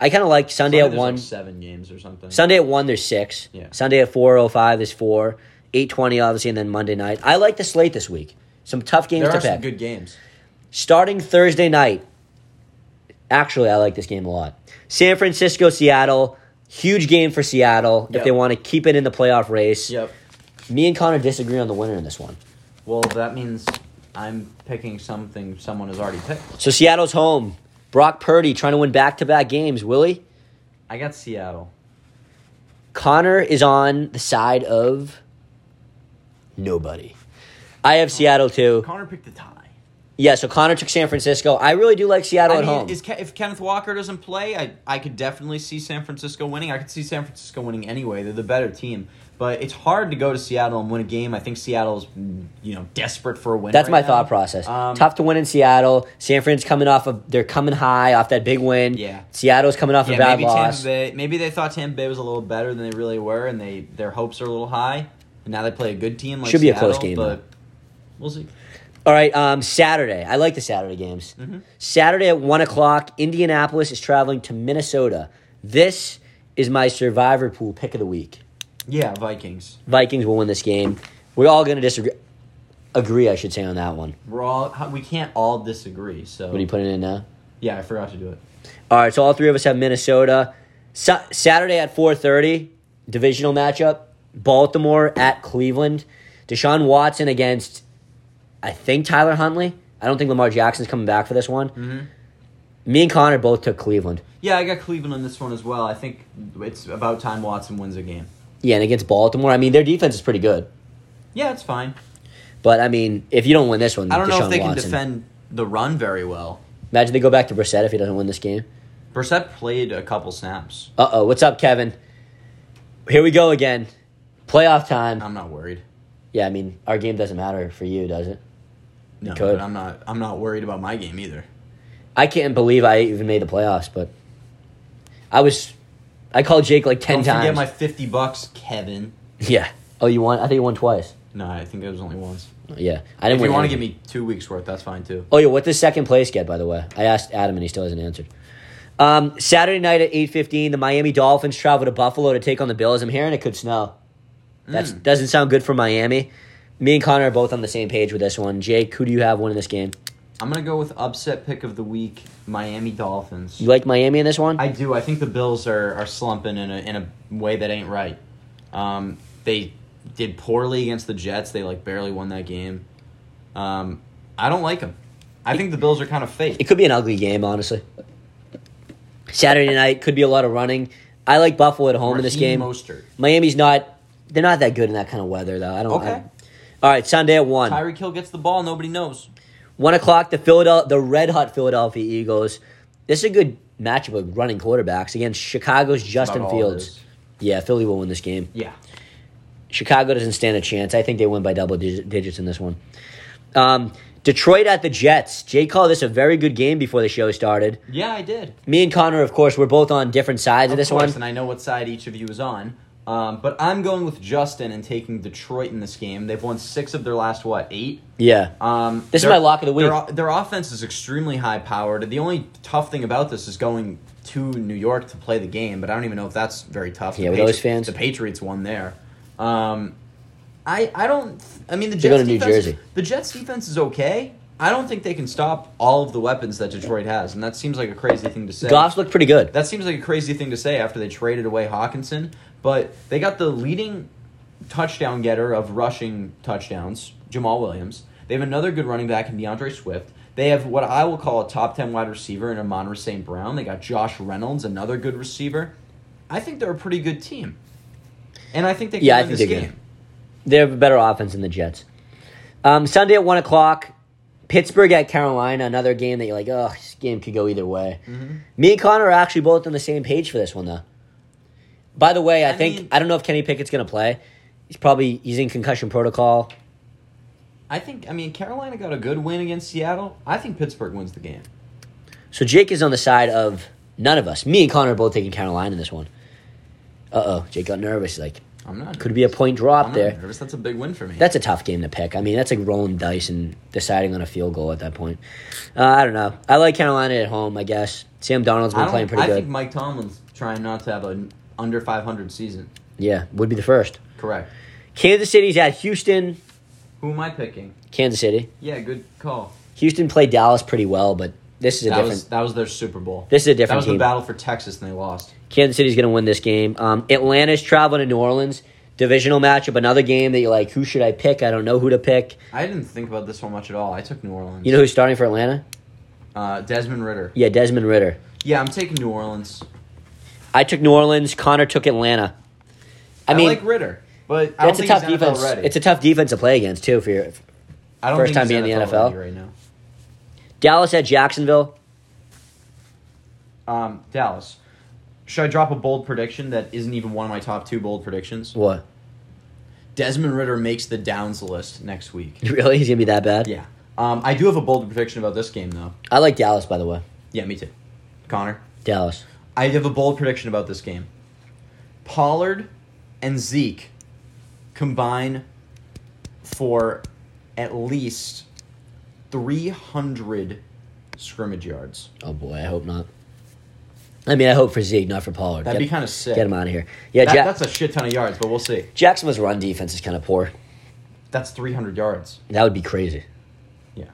[SPEAKER 1] I kind of like Sunday
[SPEAKER 2] Probably
[SPEAKER 1] at
[SPEAKER 2] there's,
[SPEAKER 1] one.
[SPEAKER 2] like, seven games or something.
[SPEAKER 1] Sunday at one, there's six.
[SPEAKER 2] Yeah.
[SPEAKER 1] Sunday at four oh five, there's four. Eight twenty, obviously, and then Monday night. I like the slate this week. Some tough games
[SPEAKER 2] there
[SPEAKER 1] to
[SPEAKER 2] are some
[SPEAKER 1] pick.
[SPEAKER 2] good games.
[SPEAKER 1] Starting Thursday night. Actually, I like this game a lot. San Francisco, Seattle. Huge game for Seattle if
[SPEAKER 2] Yep.
[SPEAKER 1] they want to keep it in the playoff race.
[SPEAKER 2] Yep.
[SPEAKER 1] Me and Connor disagree on the winner in this one.
[SPEAKER 2] Well, that means I'm picking something someone has already picked.
[SPEAKER 1] So Seattle's home. Brock Purdy trying to win back to back games. Willie
[SPEAKER 2] I got Seattle.
[SPEAKER 1] Connor is on the side of nobody. I have Seattle too.
[SPEAKER 2] Connor picked the tie.
[SPEAKER 1] Yeah, so Connor took San Francisco. I really do like
[SPEAKER 2] I
[SPEAKER 1] Seattle at
[SPEAKER 2] mean,
[SPEAKER 1] home.
[SPEAKER 2] Is, Ke- if Kenneth Walker doesn't play, I, I could definitely see San Francisco winning. I could see San Francisco winning anyway. They're the better team. But it's hard to go to Seattle and win a game. I think Seattle's, mm, you know, desperate for a win.
[SPEAKER 1] That's
[SPEAKER 2] right
[SPEAKER 1] my
[SPEAKER 2] now.
[SPEAKER 1] thought process.
[SPEAKER 2] Um,
[SPEAKER 1] Tough to win in Seattle. San Fran's coming off of they're coming high off that big win.
[SPEAKER 2] Yeah.
[SPEAKER 1] Seattle's coming off a
[SPEAKER 2] Yeah,
[SPEAKER 1] bad
[SPEAKER 2] maybe Tampa
[SPEAKER 1] loss.
[SPEAKER 2] Bay. Maybe they thought Tampa Bay was a little better than they really were, and they their hopes are a little high. And now they play a good team. Like
[SPEAKER 1] Should be a
[SPEAKER 2] Seattle,
[SPEAKER 1] close game,
[SPEAKER 2] but we'll see.
[SPEAKER 1] All right, um, Saturday. I like the Saturday games.
[SPEAKER 2] Mm-hmm.
[SPEAKER 1] Saturday at one o'clock, Indianapolis is traveling to Minnesota. This is my survivor pool pick of the week.
[SPEAKER 2] Yeah, Vikings.
[SPEAKER 1] Vikings will win this game. We're all going to disagree. Agree, I should say, on that one.
[SPEAKER 2] We're all how- we can't all disagree. So
[SPEAKER 1] What are you putting in now?
[SPEAKER 2] yeah, I forgot to do it.
[SPEAKER 1] All right, so all three of us have Minnesota. Sa- Saturday at four thirty, divisional matchup: Baltimore at Cleveland. Deshaun Watson
[SPEAKER 2] Mm-hmm.
[SPEAKER 1] against, I think Tyler Huntley. I don't think Lamar Jackson's coming back for this one. Me and Connor both took Cleveland.
[SPEAKER 2] Yeah, I got Cleveland on this one as well. I think it's about time Watson wins a game.
[SPEAKER 1] Yeah, and against Baltimore, I mean their defense is pretty good.
[SPEAKER 2] Yeah, it's fine.
[SPEAKER 1] But I mean, if you don't win this one,
[SPEAKER 2] I don't know
[SPEAKER 1] Deshaun
[SPEAKER 2] if they can
[SPEAKER 1] Watson.
[SPEAKER 2] defend the run very well.
[SPEAKER 1] Imagine they go back to Brissett if he doesn't win this game.
[SPEAKER 2] Brissett played a couple snaps.
[SPEAKER 1] Uh oh, what's up, Kevin? Here we go again. Playoff time.
[SPEAKER 2] I'm not worried.
[SPEAKER 1] yeah, I mean, our game doesn't matter for you, does it?
[SPEAKER 2] No,
[SPEAKER 1] could.
[SPEAKER 2] but I'm not. I'm not worried about my game either.
[SPEAKER 1] I can't believe I even made the playoffs, but I was. I called Jake like 10
[SPEAKER 2] Don't forget
[SPEAKER 1] times.
[SPEAKER 2] my fifty bucks, Kevin.
[SPEAKER 1] yeah. Oh, you won? I think you won twice.
[SPEAKER 2] No, I think it was only once.
[SPEAKER 1] Yeah. I didn't
[SPEAKER 2] If
[SPEAKER 1] win.
[SPEAKER 2] you want to
[SPEAKER 1] anything.
[SPEAKER 2] give me two weeks worth, that's fine too.
[SPEAKER 1] Oh yeah, what does second place get? By the way, I asked Adam and he still hasn't answered. Um, Saturday night at eight fifteen, the Miami Dolphins travel to Buffalo to take on the Bills. I'm hearing it could snow. That doesn't sound good for Miami. Me and Connor are both on the same page with this one. Jake, who do you have winning this game?
[SPEAKER 2] I'm gonna go with upset pick of the week, Miami Dolphins.
[SPEAKER 1] You like Miami in this one?
[SPEAKER 2] I do. I think the Bills are, are slumping in a in a way that ain't right. Um, they did poorly against the Jets. They like barely won that game. Um, I don't like them. I think the Bills are kind of
[SPEAKER 1] it
[SPEAKER 2] fake.
[SPEAKER 1] could be an ugly game, honestly. Saturday night could be a lot of running. I like Buffalo at home in this
[SPEAKER 2] Raheem
[SPEAKER 1] game.
[SPEAKER 2] Mostert,
[SPEAKER 1] Miami's not. They're not that good in that kind of weather, though. I don't. I-
[SPEAKER 2] Okay.
[SPEAKER 1] all right, Sunday at one.
[SPEAKER 2] Tyreek Hill gets the ball. Nobody knows.
[SPEAKER 1] One o'clock, the Philadelphia, the red hot Philadelphia Eagles. This is a good matchup of running quarterbacks against Chicago's Justin
[SPEAKER 2] about all it
[SPEAKER 1] Fields.
[SPEAKER 2] is.
[SPEAKER 1] Yeah, Philly will win this game.
[SPEAKER 2] Yeah.
[SPEAKER 1] Chicago doesn't stand a chance. I think they win by double dig- digits in this one. Um, Detroit at the Jets. Jay called this a very good game before the show started.
[SPEAKER 2] Yeah, I did.
[SPEAKER 1] Me and Connor, of course, we're both on different sides of,
[SPEAKER 2] Of
[SPEAKER 1] this
[SPEAKER 2] course,
[SPEAKER 1] one.
[SPEAKER 2] and I know what side each of you is on. Um, but I'm going with Justin and taking Detroit in this game. They've won six of their last what eight.
[SPEAKER 1] Yeah.
[SPEAKER 2] Um,
[SPEAKER 1] This is
[SPEAKER 2] their-
[SPEAKER 1] my lock of the week.
[SPEAKER 2] Their, their offense is extremely high powered. The only tough thing about this is going to New York to play the game, but I don't even know if that's very tough.
[SPEAKER 1] Yeah,
[SPEAKER 2] the
[SPEAKER 1] with those fans.
[SPEAKER 2] the Patriots won there. Um, I I don't. I mean, the
[SPEAKER 1] They're going to
[SPEAKER 2] Jets
[SPEAKER 1] New
[SPEAKER 2] defense,
[SPEAKER 1] Jersey.
[SPEAKER 2] The Jets defense is okay. I don't think they can stop all of the weapons that Detroit has, and that seems like a crazy thing to say.
[SPEAKER 1] Goff's looked pretty good.
[SPEAKER 2] That seems like a crazy thing to say after they traded away Hawkinson, but they got the leading touchdown getter of rushing touchdowns, Jamal Williams. They have another good running back in DeAndre Swift. They have what I will call a top 10 wide receiver in Amon St. Brown. They got Josh Reynolds, another good receiver. I think they're a pretty good team. And I think they can
[SPEAKER 1] Yeah, I
[SPEAKER 2] win
[SPEAKER 1] think
[SPEAKER 2] this
[SPEAKER 1] they're
[SPEAKER 2] game.
[SPEAKER 1] good. They have a better offense than the Jets. Um, Sunday at one o'clock, Pittsburgh at Carolina. Another game that you're like, oh, this game could go either way.
[SPEAKER 2] Mm-hmm.
[SPEAKER 1] Me and Connor are actually both on the same page for this one, though. By the way, I,
[SPEAKER 2] I
[SPEAKER 1] think
[SPEAKER 2] mean-
[SPEAKER 1] I don't know if Kenny Pickett's going to play. He's probably using concussion protocol.
[SPEAKER 2] I think, I mean, Carolina got a good win against Seattle. I think Pittsburgh wins the game.
[SPEAKER 1] So Jake is on the side of none of us. Me and Connor are both taking Carolina in this one. Uh oh, Jake got nervous. He's like,
[SPEAKER 2] I'm not.
[SPEAKER 1] could be a point drop
[SPEAKER 2] I'm not
[SPEAKER 1] there.
[SPEAKER 2] nervous. That's a big win for me.
[SPEAKER 1] That's a tough game to pick. I mean, that's like rolling dice and deciding on a field goal at that point. Uh, I don't know. I like Carolina at home, I guess. Sam Donald's
[SPEAKER 2] I
[SPEAKER 1] been
[SPEAKER 2] don't-
[SPEAKER 1] playing pretty
[SPEAKER 2] I
[SPEAKER 1] good.
[SPEAKER 2] think Mike Tomlin's trying not to have an under 500 season.
[SPEAKER 1] yeah, would be the first.
[SPEAKER 2] Correct.
[SPEAKER 1] Kansas City's at Houston.
[SPEAKER 2] Who am I picking?
[SPEAKER 1] Kansas City.
[SPEAKER 2] Yeah, good call.
[SPEAKER 1] Houston played Dallas pretty well, but this is a
[SPEAKER 2] That
[SPEAKER 1] different.
[SPEAKER 2] was that was their Super Bowl.
[SPEAKER 1] this is a
[SPEAKER 2] that
[SPEAKER 1] different
[SPEAKER 2] was
[SPEAKER 1] team.
[SPEAKER 2] the battle for Texas, and they lost.
[SPEAKER 1] Kansas City's going to win this game. Um, Atlanta's traveling to New Orleans. Divisional matchup. Another game that you're like, who should I pick? I don't know who to pick.
[SPEAKER 2] I didn't think about this one much at all. I took New Orleans.
[SPEAKER 1] You know who's starting for Atlanta?
[SPEAKER 2] uh, Desmond Ritter.
[SPEAKER 1] Yeah, Desmond Ritter.
[SPEAKER 2] Yeah, I'm taking New Orleans.
[SPEAKER 1] I took New Orleans. Connor took Atlanta. I,
[SPEAKER 2] I
[SPEAKER 1] mean,
[SPEAKER 2] like Ritter, but I don't
[SPEAKER 1] That's a
[SPEAKER 2] think
[SPEAKER 1] tough
[SPEAKER 2] he's
[SPEAKER 1] defense.
[SPEAKER 2] NFL ready.
[SPEAKER 1] It's a tough defense to play against too. For your
[SPEAKER 2] I don't
[SPEAKER 1] first
[SPEAKER 2] think
[SPEAKER 1] time
[SPEAKER 2] he's
[SPEAKER 1] being in the
[SPEAKER 2] NFL ready
[SPEAKER 1] NFL.
[SPEAKER 2] right now.
[SPEAKER 1] Dallas at Jacksonville,
[SPEAKER 2] Um, Dallas. Should I drop a bold prediction that isn't even one of my top two bold predictions?
[SPEAKER 1] what?
[SPEAKER 2] Desmond Ritter makes the downs list next week.
[SPEAKER 1] Really, he's gonna be that bad?
[SPEAKER 2] Yeah. Um, I do have a bold prediction about this game, though.
[SPEAKER 1] I like Dallas, by the way.
[SPEAKER 2] Yeah, me too. Connor,
[SPEAKER 1] Dallas.
[SPEAKER 2] I have a bold prediction about this game. Pollard and Zeke combine for at least 300 scrimmage yards.
[SPEAKER 1] Oh boy, I hope not. I mean, I hope for Zeke, not for Pollard.
[SPEAKER 2] That'd
[SPEAKER 1] get,
[SPEAKER 2] be kind of sick.
[SPEAKER 1] Get him out of here. Yeah,
[SPEAKER 2] That-
[SPEAKER 1] ja-
[SPEAKER 2] that's a shit ton of yards, but we'll see.
[SPEAKER 1] Jacksonville's run defense is kind of poor.
[SPEAKER 2] That's 300 yards.
[SPEAKER 1] That would be crazy.
[SPEAKER 2] Yeah.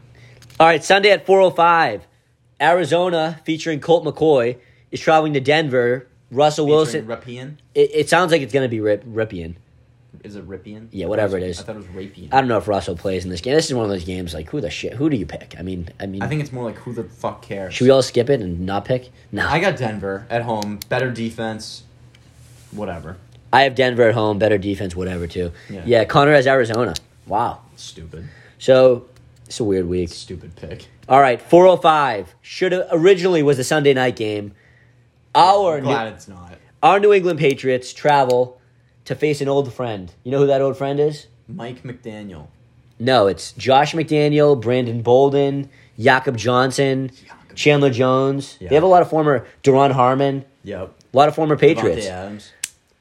[SPEAKER 1] All right, Sunday at 4:05, Arizona featuring Colt McCoy is traveling to Denver. Russell Wilson.
[SPEAKER 2] Featuring Rapien.
[SPEAKER 1] it, it sounds like it's gonna be rip, Ripien.
[SPEAKER 2] Is it Ripien?
[SPEAKER 1] Yeah, whatever it
[SPEAKER 2] I
[SPEAKER 1] is. Uh,
[SPEAKER 2] thought it was Rapien.
[SPEAKER 1] I don't know if Russell plays in this game. This is one of those games like who the shit who do you pick? I mean, I mean,
[SPEAKER 2] I think it's more like who the fuck cares.
[SPEAKER 1] should we all skip it and not pick? No,
[SPEAKER 2] I got Denver at home, better defense, whatever.
[SPEAKER 1] I have Denver at home, better defense, whatever too.
[SPEAKER 2] Yeah.
[SPEAKER 1] Yeah, Connor has Arizona. Wow.
[SPEAKER 2] Stupid,
[SPEAKER 1] So it's a weird week.
[SPEAKER 2] stupid pick.
[SPEAKER 1] All right, 405 should have originally was a Sunday night game. Our
[SPEAKER 2] I'm
[SPEAKER 1] New,
[SPEAKER 2] glad it's not
[SPEAKER 1] our New England Patriots travel to face an old friend. You know who that old friend is?
[SPEAKER 2] Mike McDaniel.
[SPEAKER 1] No, it's Josh McDaniel, Brandon Bolden, Jakob Johnson,
[SPEAKER 2] Jakob.
[SPEAKER 1] Chandler Jones.
[SPEAKER 2] Yeah.
[SPEAKER 1] They have a lot of former Daron Harmon,
[SPEAKER 2] Yep.
[SPEAKER 1] a lot of former Patriots.
[SPEAKER 2] Devontae Adams.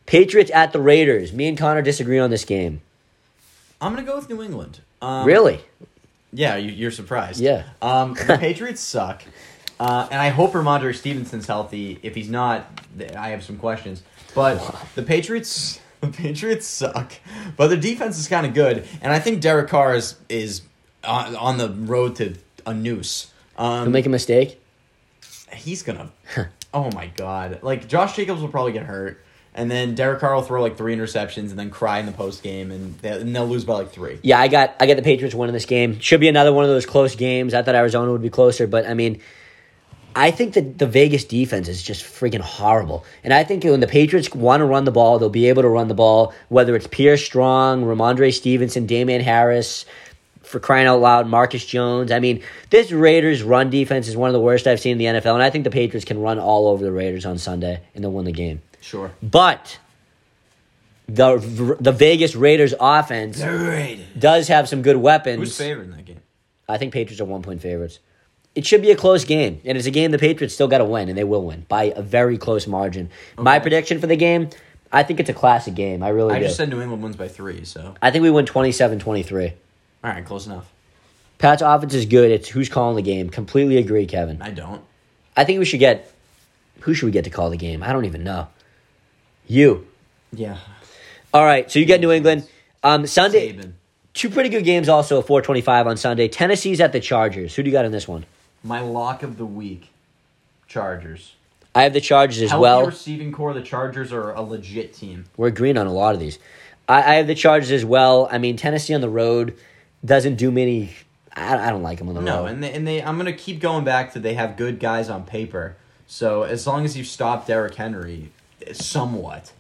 [SPEAKER 1] Patriots at the Raiders. Me and Connor disagree on this game.
[SPEAKER 2] I'm gonna go with New England. Um,
[SPEAKER 1] really?
[SPEAKER 2] Yeah, you, you're surprised.
[SPEAKER 1] Yeah.
[SPEAKER 2] Um, the Patriots suck, uh, and I hope Ramondre Stevenson's healthy. If he's not, th- I have some questions. But the Patriots, the Patriots suck, but their defense is kind of good, and I think Derek Carr is is on, on the road to a noose.
[SPEAKER 1] Who
[SPEAKER 2] Um,
[SPEAKER 1] make a mistake?
[SPEAKER 2] he's gonna. oh my god! Like Josh Jacobs will probably get hurt, and then Derek Carr will throw like three interceptions, and then cry in the post game, and, they- and they'll lose by like three.
[SPEAKER 1] Yeah, I got I got the Patriots winning this game. Should be another one of those close games. I thought Arizona would be closer, but I mean, I think that the Vegas defense is just freaking horrible. And I think when the Patriots want to run the ball, they'll be able to run the ball, whether it's Pierre Strong, Ramondre Stevenson, Damian Harris, for crying out loud, Marcus Jones. I mean, this Raiders run defense is one of the worst I've seen in the NFL, and I think the Patriots can run all over the Raiders on Sunday and they'll win the game.
[SPEAKER 2] Sure.
[SPEAKER 1] But the the Vegas Raiders offense does have some good weapons.
[SPEAKER 2] Who's favored in that game?
[SPEAKER 1] I think Patriots are one point favorites. It should be a close game, and it's a game the Patriots still got to win, and they will win by a very close margin. My prediction for the game, I think it's a classic game. I really
[SPEAKER 2] I
[SPEAKER 1] do.
[SPEAKER 2] just said New England wins by three, so
[SPEAKER 1] I think we win 27-23.
[SPEAKER 2] all right, close enough.
[SPEAKER 1] Pat's offense is good. It's who's calling the game. Completely agree, Kevin.
[SPEAKER 2] I don't.
[SPEAKER 1] I think we should get who should we get to call the game? I don't even know. You.
[SPEAKER 2] Yeah,
[SPEAKER 1] All right, so you get New England. Um, Sunday,
[SPEAKER 2] Saban.
[SPEAKER 1] two pretty good games also at 425 on Sunday. Tennessee's at the Chargers. Who do you got in this one?
[SPEAKER 2] My lock of the week, Chargers.
[SPEAKER 1] I have the Chargers as
[SPEAKER 2] Healthy
[SPEAKER 1] well.
[SPEAKER 2] receiving core. The Chargers are a legit team.
[SPEAKER 1] We're agreeing on a lot of these. I, I have the Chargers as well. I mean, Tennessee on the road doesn't do many. I, I don't like them on the
[SPEAKER 2] No,
[SPEAKER 1] road.
[SPEAKER 2] and they, and they. I'm gonna keep going back to they have good guys on paper. So as long as you stop Derrick Henry, eh, somewhat,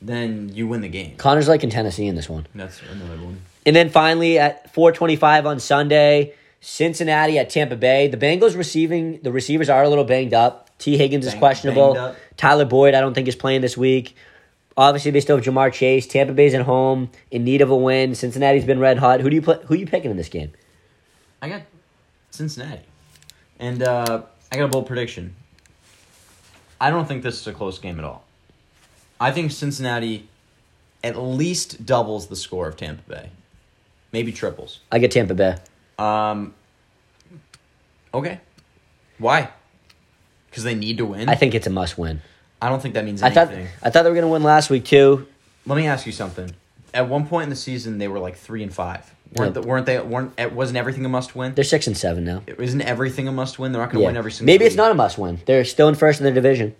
[SPEAKER 2] then you win the game.
[SPEAKER 1] Connor's liking Tennessee in this one.
[SPEAKER 2] That's another one.
[SPEAKER 1] And then finally at 425 on Sunday, Cincinnati at Tampa Bay. The Bengals receiving, the receivers are a little banged up. T. Higgins is
[SPEAKER 2] Bang- banged
[SPEAKER 1] questionable.
[SPEAKER 2] up.
[SPEAKER 1] Tyler Boyd, I don't think, is playing this week. Obviously, they still have Jamar Chase. Tampa Bay's at home, in need of a win. Cincinnati's been red hot. Who do you put? Who you picking in this game?
[SPEAKER 2] I got Cincinnati, and uh, I got a bold prediction. I don't think this is a close game at all. I think Cincinnati at least doubles the score of Tampa Bay, maybe triples.
[SPEAKER 1] I get Tampa Bay.
[SPEAKER 2] Um, okay, why? Because they need to win.
[SPEAKER 1] I think it's a must win.
[SPEAKER 2] I don't think that means
[SPEAKER 1] I thought
[SPEAKER 2] anything.
[SPEAKER 1] I thought they were going to win last week too.
[SPEAKER 2] Let me ask you something. At one point in the season, they were like three and five. weren't
[SPEAKER 1] Yeah.
[SPEAKER 2] the, weren't they? weren't it Wasn't everything a must win?
[SPEAKER 1] They're six and seven now.
[SPEAKER 2] Isn't everything a must win? They're not going to win every single.
[SPEAKER 1] Maybe it's
[SPEAKER 2] week.
[SPEAKER 1] not a must win. They're still in first in their division.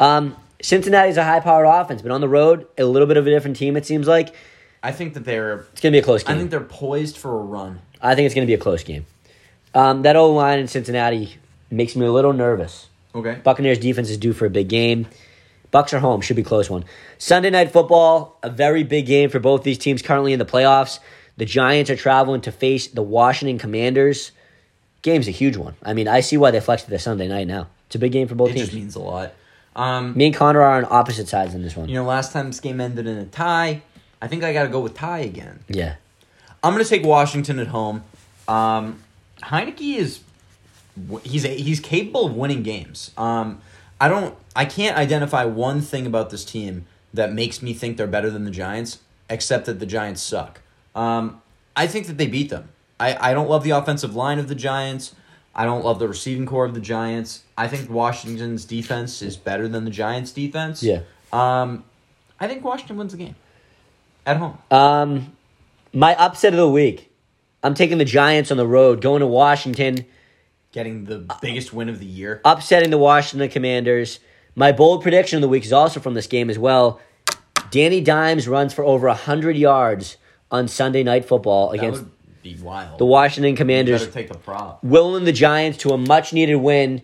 [SPEAKER 1] Um, Cincinnati's a high powered offense, but on the road, a little bit of a different team, it seems like.
[SPEAKER 2] I think that they're
[SPEAKER 1] It's going to be a close game.
[SPEAKER 2] I think they're poised for a run.
[SPEAKER 1] it's going to be a close game. Um, that old line in Cincinnati makes me a little nervous.
[SPEAKER 2] Okay.
[SPEAKER 1] Buccaneers defense is due for a big game. Bucks are home, should be a close one. Sunday night football, a very big game for both these teams currently in the playoffs. The Giants are traveling to face the Washington Commanders. Game's a huge one. I mean, I see why they flexed it to Sunday night now. It's a big game for both
[SPEAKER 2] It
[SPEAKER 1] teams.
[SPEAKER 2] just means a lot. Um,
[SPEAKER 1] Me and Connor are on opposite sides in this one.
[SPEAKER 2] you know, last time this game ended in a tie. I think I got to go with tie again.
[SPEAKER 1] yeah.
[SPEAKER 2] I'm going to take Washington at home. Um, Heineke is he's a, he's capable of winning games. Um, I don't I can't identify one thing about this team that makes me think they're better than the Giants, except that the Giants suck. Um, I think that they beat them. I, I don't love the offensive line of the Giants. I don't love the receiving core of the Giants. I think Washington's defense is better than the Giants' defense.
[SPEAKER 1] Yeah.
[SPEAKER 2] Um, I think Washington wins the game at home.
[SPEAKER 1] Um, my upset of the week. I'm taking the Giants on the road, going to Washington,
[SPEAKER 2] Getting the biggest win of the year.
[SPEAKER 1] upsetting the Washington Commanders. My bold prediction of the week is also from this game as well. Danny Dimes runs for over 100 yards on Sunday Night Football
[SPEAKER 2] That
[SPEAKER 1] against
[SPEAKER 2] would be wild.
[SPEAKER 1] the Washington
[SPEAKER 2] you
[SPEAKER 1] Commanders,
[SPEAKER 2] better take the prop.
[SPEAKER 1] willing the Giants to a much needed win.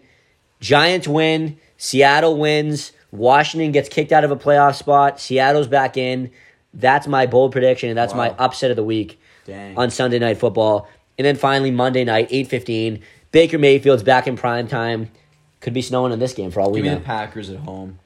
[SPEAKER 1] Giants win, Seattle wins, Washington gets kicked out of a playoff spot, Seattle's back in. That's my bold prediction, and that's my
[SPEAKER 2] Wow.
[SPEAKER 1] upset of the week
[SPEAKER 2] Dang.
[SPEAKER 1] on Sunday Night Football. And then finally, Monday night, 8.15, Baker Mayfield's back in prime time. Could be snowing in this game for all we
[SPEAKER 2] Give me
[SPEAKER 1] know.
[SPEAKER 2] the Packers at home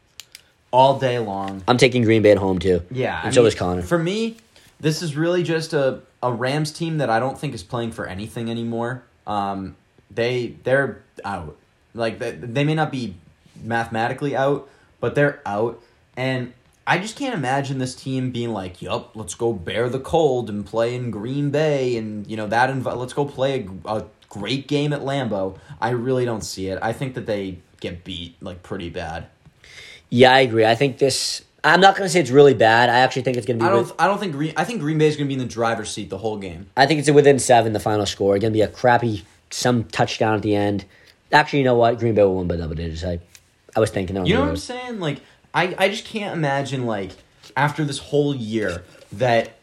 [SPEAKER 2] all day long.
[SPEAKER 1] I'm taking Green Bay at home, too.
[SPEAKER 2] Yeah,
[SPEAKER 1] And so is Connor.
[SPEAKER 2] For me, this is really just a, a Rams team that I don't think is playing for anything anymore. Um, they they're out. Like they, they may not be mathematically out, but they're out. And I just can't imagine this team being like, "Yup, let's go bear the cold and play in Green Bay, and you know that. Inv- let's go play a, a great game at Lambeau." I really don't see it. I think that they get beat like pretty bad.
[SPEAKER 1] Yeah, I agree. I think this. I'm not going to say it's really bad. I actually think it's going to be.
[SPEAKER 2] I
[SPEAKER 1] I,
[SPEAKER 2] don't. I don't think. Green, I think Green Bay is going to be in the driver's seat the whole game.
[SPEAKER 1] I think it's within seven. The final score. Going to be a crappy some touchdown at the end. Actually, you know what? Green Bay will win by double digits. I, I was thinking. that on
[SPEAKER 2] You know
[SPEAKER 1] the
[SPEAKER 2] what I'm
[SPEAKER 1] road.
[SPEAKER 2] saying? Like, I, I just can't imagine like after this whole year that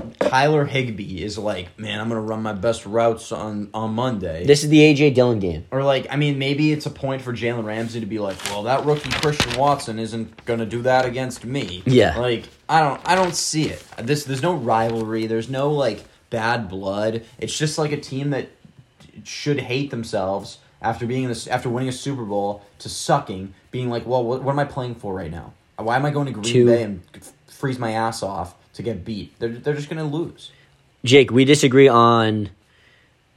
[SPEAKER 2] Kyler Higbee is like, man, I'm gonna run my best routes on on Monday.
[SPEAKER 1] This is the AJ Dillon game.
[SPEAKER 2] or like, I mean, maybe it's a point for Jalen Ramsey to be like, well, that rookie Christian Watson isn't gonna do that against me.
[SPEAKER 1] Yeah.
[SPEAKER 2] Like, I don't I don't see it. This there's no rivalry. There's no like bad blood. It's just like a team that should hate themselves after being in this after winning a Super Bowl to sucking, being like, well, what, what am I playing for right now? Why am I going to Green
[SPEAKER 1] Two.
[SPEAKER 2] Bay and f- freeze my ass off to get beat? They're they're just gonna lose.
[SPEAKER 1] Jake, we disagree on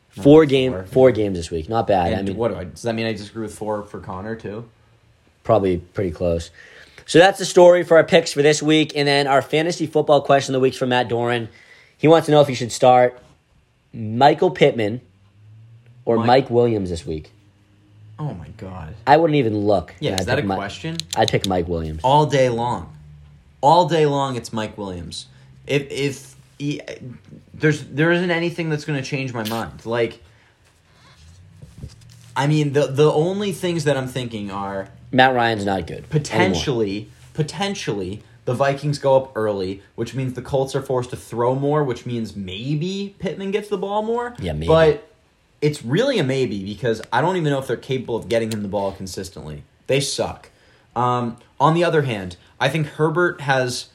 [SPEAKER 1] four game
[SPEAKER 2] four.
[SPEAKER 1] four games this week. Not bad.
[SPEAKER 2] And
[SPEAKER 1] I mean,
[SPEAKER 2] what do I? Does that mean I disagree with four for Connor too?
[SPEAKER 1] probably pretty close. So that's the story for our picks for this week, and then our fantasy football question of the week's from Matt Doran. He wants to know if he should start Michael Pittman or
[SPEAKER 2] Mike-
[SPEAKER 1] Mike Williams this week.
[SPEAKER 2] Oh my god.
[SPEAKER 1] I wouldn't even look.
[SPEAKER 2] Yeah,
[SPEAKER 1] And
[SPEAKER 2] is
[SPEAKER 1] I'd
[SPEAKER 2] that a
[SPEAKER 1] pick Mi-
[SPEAKER 2] question?
[SPEAKER 1] I'd pick Mike Williams.
[SPEAKER 2] all day long. All day long, it's Mike Williams. If if he, there's there isn't anything that's going to change my mind. Like, I mean, the the only things that I'm thinking are
[SPEAKER 1] Matt Ryan's not good. anymore.
[SPEAKER 2] potentially potentially the Vikings go up early, which means the Colts are forced to throw more, which means maybe Pittman gets the ball more.
[SPEAKER 1] Yeah, maybe.
[SPEAKER 2] But it's really a maybe because I don't even know if they're capable of getting him the ball consistently. They suck. Um, on the other hand, I think Herbert has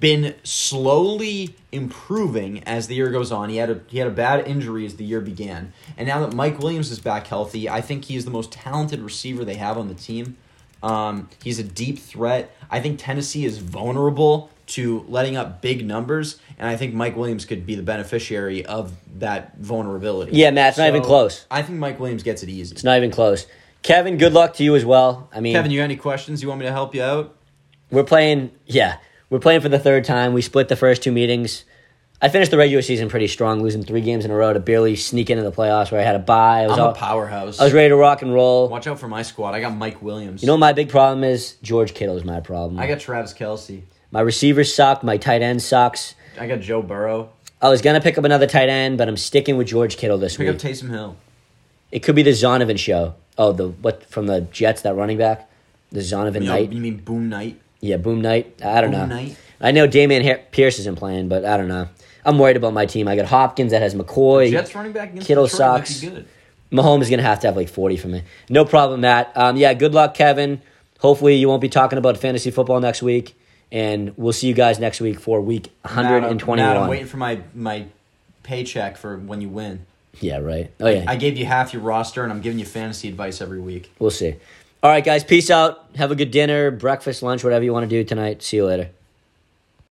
[SPEAKER 2] been slowly improving as the year goes on. He had a he had a bad injury as the year began, and now that Mike Williams is back healthy, I think he is the most talented receiver they have on the team. Um, he's a deep threat. I think Tennessee is vulnerable to letting up big numbers, and I think Mike Williams could be the beneficiary of that vulnerability.
[SPEAKER 1] Yeah, Matt, it's not even close.
[SPEAKER 2] I think Mike Williams gets it easy.
[SPEAKER 1] It's not even close. Kevin, good luck to you as well. I mean,
[SPEAKER 2] Kevin, you got any questions? You want me to help you out?
[SPEAKER 1] we're playing. Yeah, we're playing for the third time. We split the first two meetings. I finished the regular season pretty strong, losing three games in a row to barely sneak into the playoffs where I had a bye. I was,
[SPEAKER 2] I'm
[SPEAKER 1] all,
[SPEAKER 2] a powerhouse.
[SPEAKER 1] I was ready to rock and roll.
[SPEAKER 2] Watch out for my squad. I got Mike Williams.
[SPEAKER 1] You know, what my big problem is George Kittle is my problem.
[SPEAKER 2] I got Travis Kelsey.
[SPEAKER 1] my receivers suck. My tight end sucks.
[SPEAKER 2] I got Joe Burrow.
[SPEAKER 1] I was gonna pick up another tight end, but I'm sticking with George Kittle this
[SPEAKER 2] Pick
[SPEAKER 1] week.
[SPEAKER 2] up Taysom Hill.
[SPEAKER 1] It could be the Zonovan show. Oh, the what from the Jets that running back, the Zonovan
[SPEAKER 2] You, know,
[SPEAKER 1] Knight.
[SPEAKER 2] you mean Boom Knight?
[SPEAKER 1] Yeah, Boom Knight. I don't
[SPEAKER 2] Boom
[SPEAKER 1] know.
[SPEAKER 2] Knight.
[SPEAKER 1] I know Damian Har- Pierce isn't playing, but I don't know. I'm worried about my team. I got Hopkins that has McCoy.
[SPEAKER 2] Jets running back against
[SPEAKER 1] Kittle
[SPEAKER 2] Detroit might
[SPEAKER 1] sucks.
[SPEAKER 2] be good.
[SPEAKER 1] Mahomes is gonna have to have like 40 for me. No problem, Matt. Um, yeah, good luck, Kevin. Hopefully, you won't be talking about fantasy football next week, and we'll see you guys next week for week
[SPEAKER 2] Matt, I'm-
[SPEAKER 1] 121.
[SPEAKER 2] Matt, I'm waiting for my my paycheck for when you win.
[SPEAKER 1] Yeah, right. Oh yeah,
[SPEAKER 2] I gave you half your roster, and I'm giving you fantasy advice every week.
[SPEAKER 1] we'll see. All right, guys. Peace out. Have a good dinner, breakfast, lunch, whatever you want to do tonight. See you later.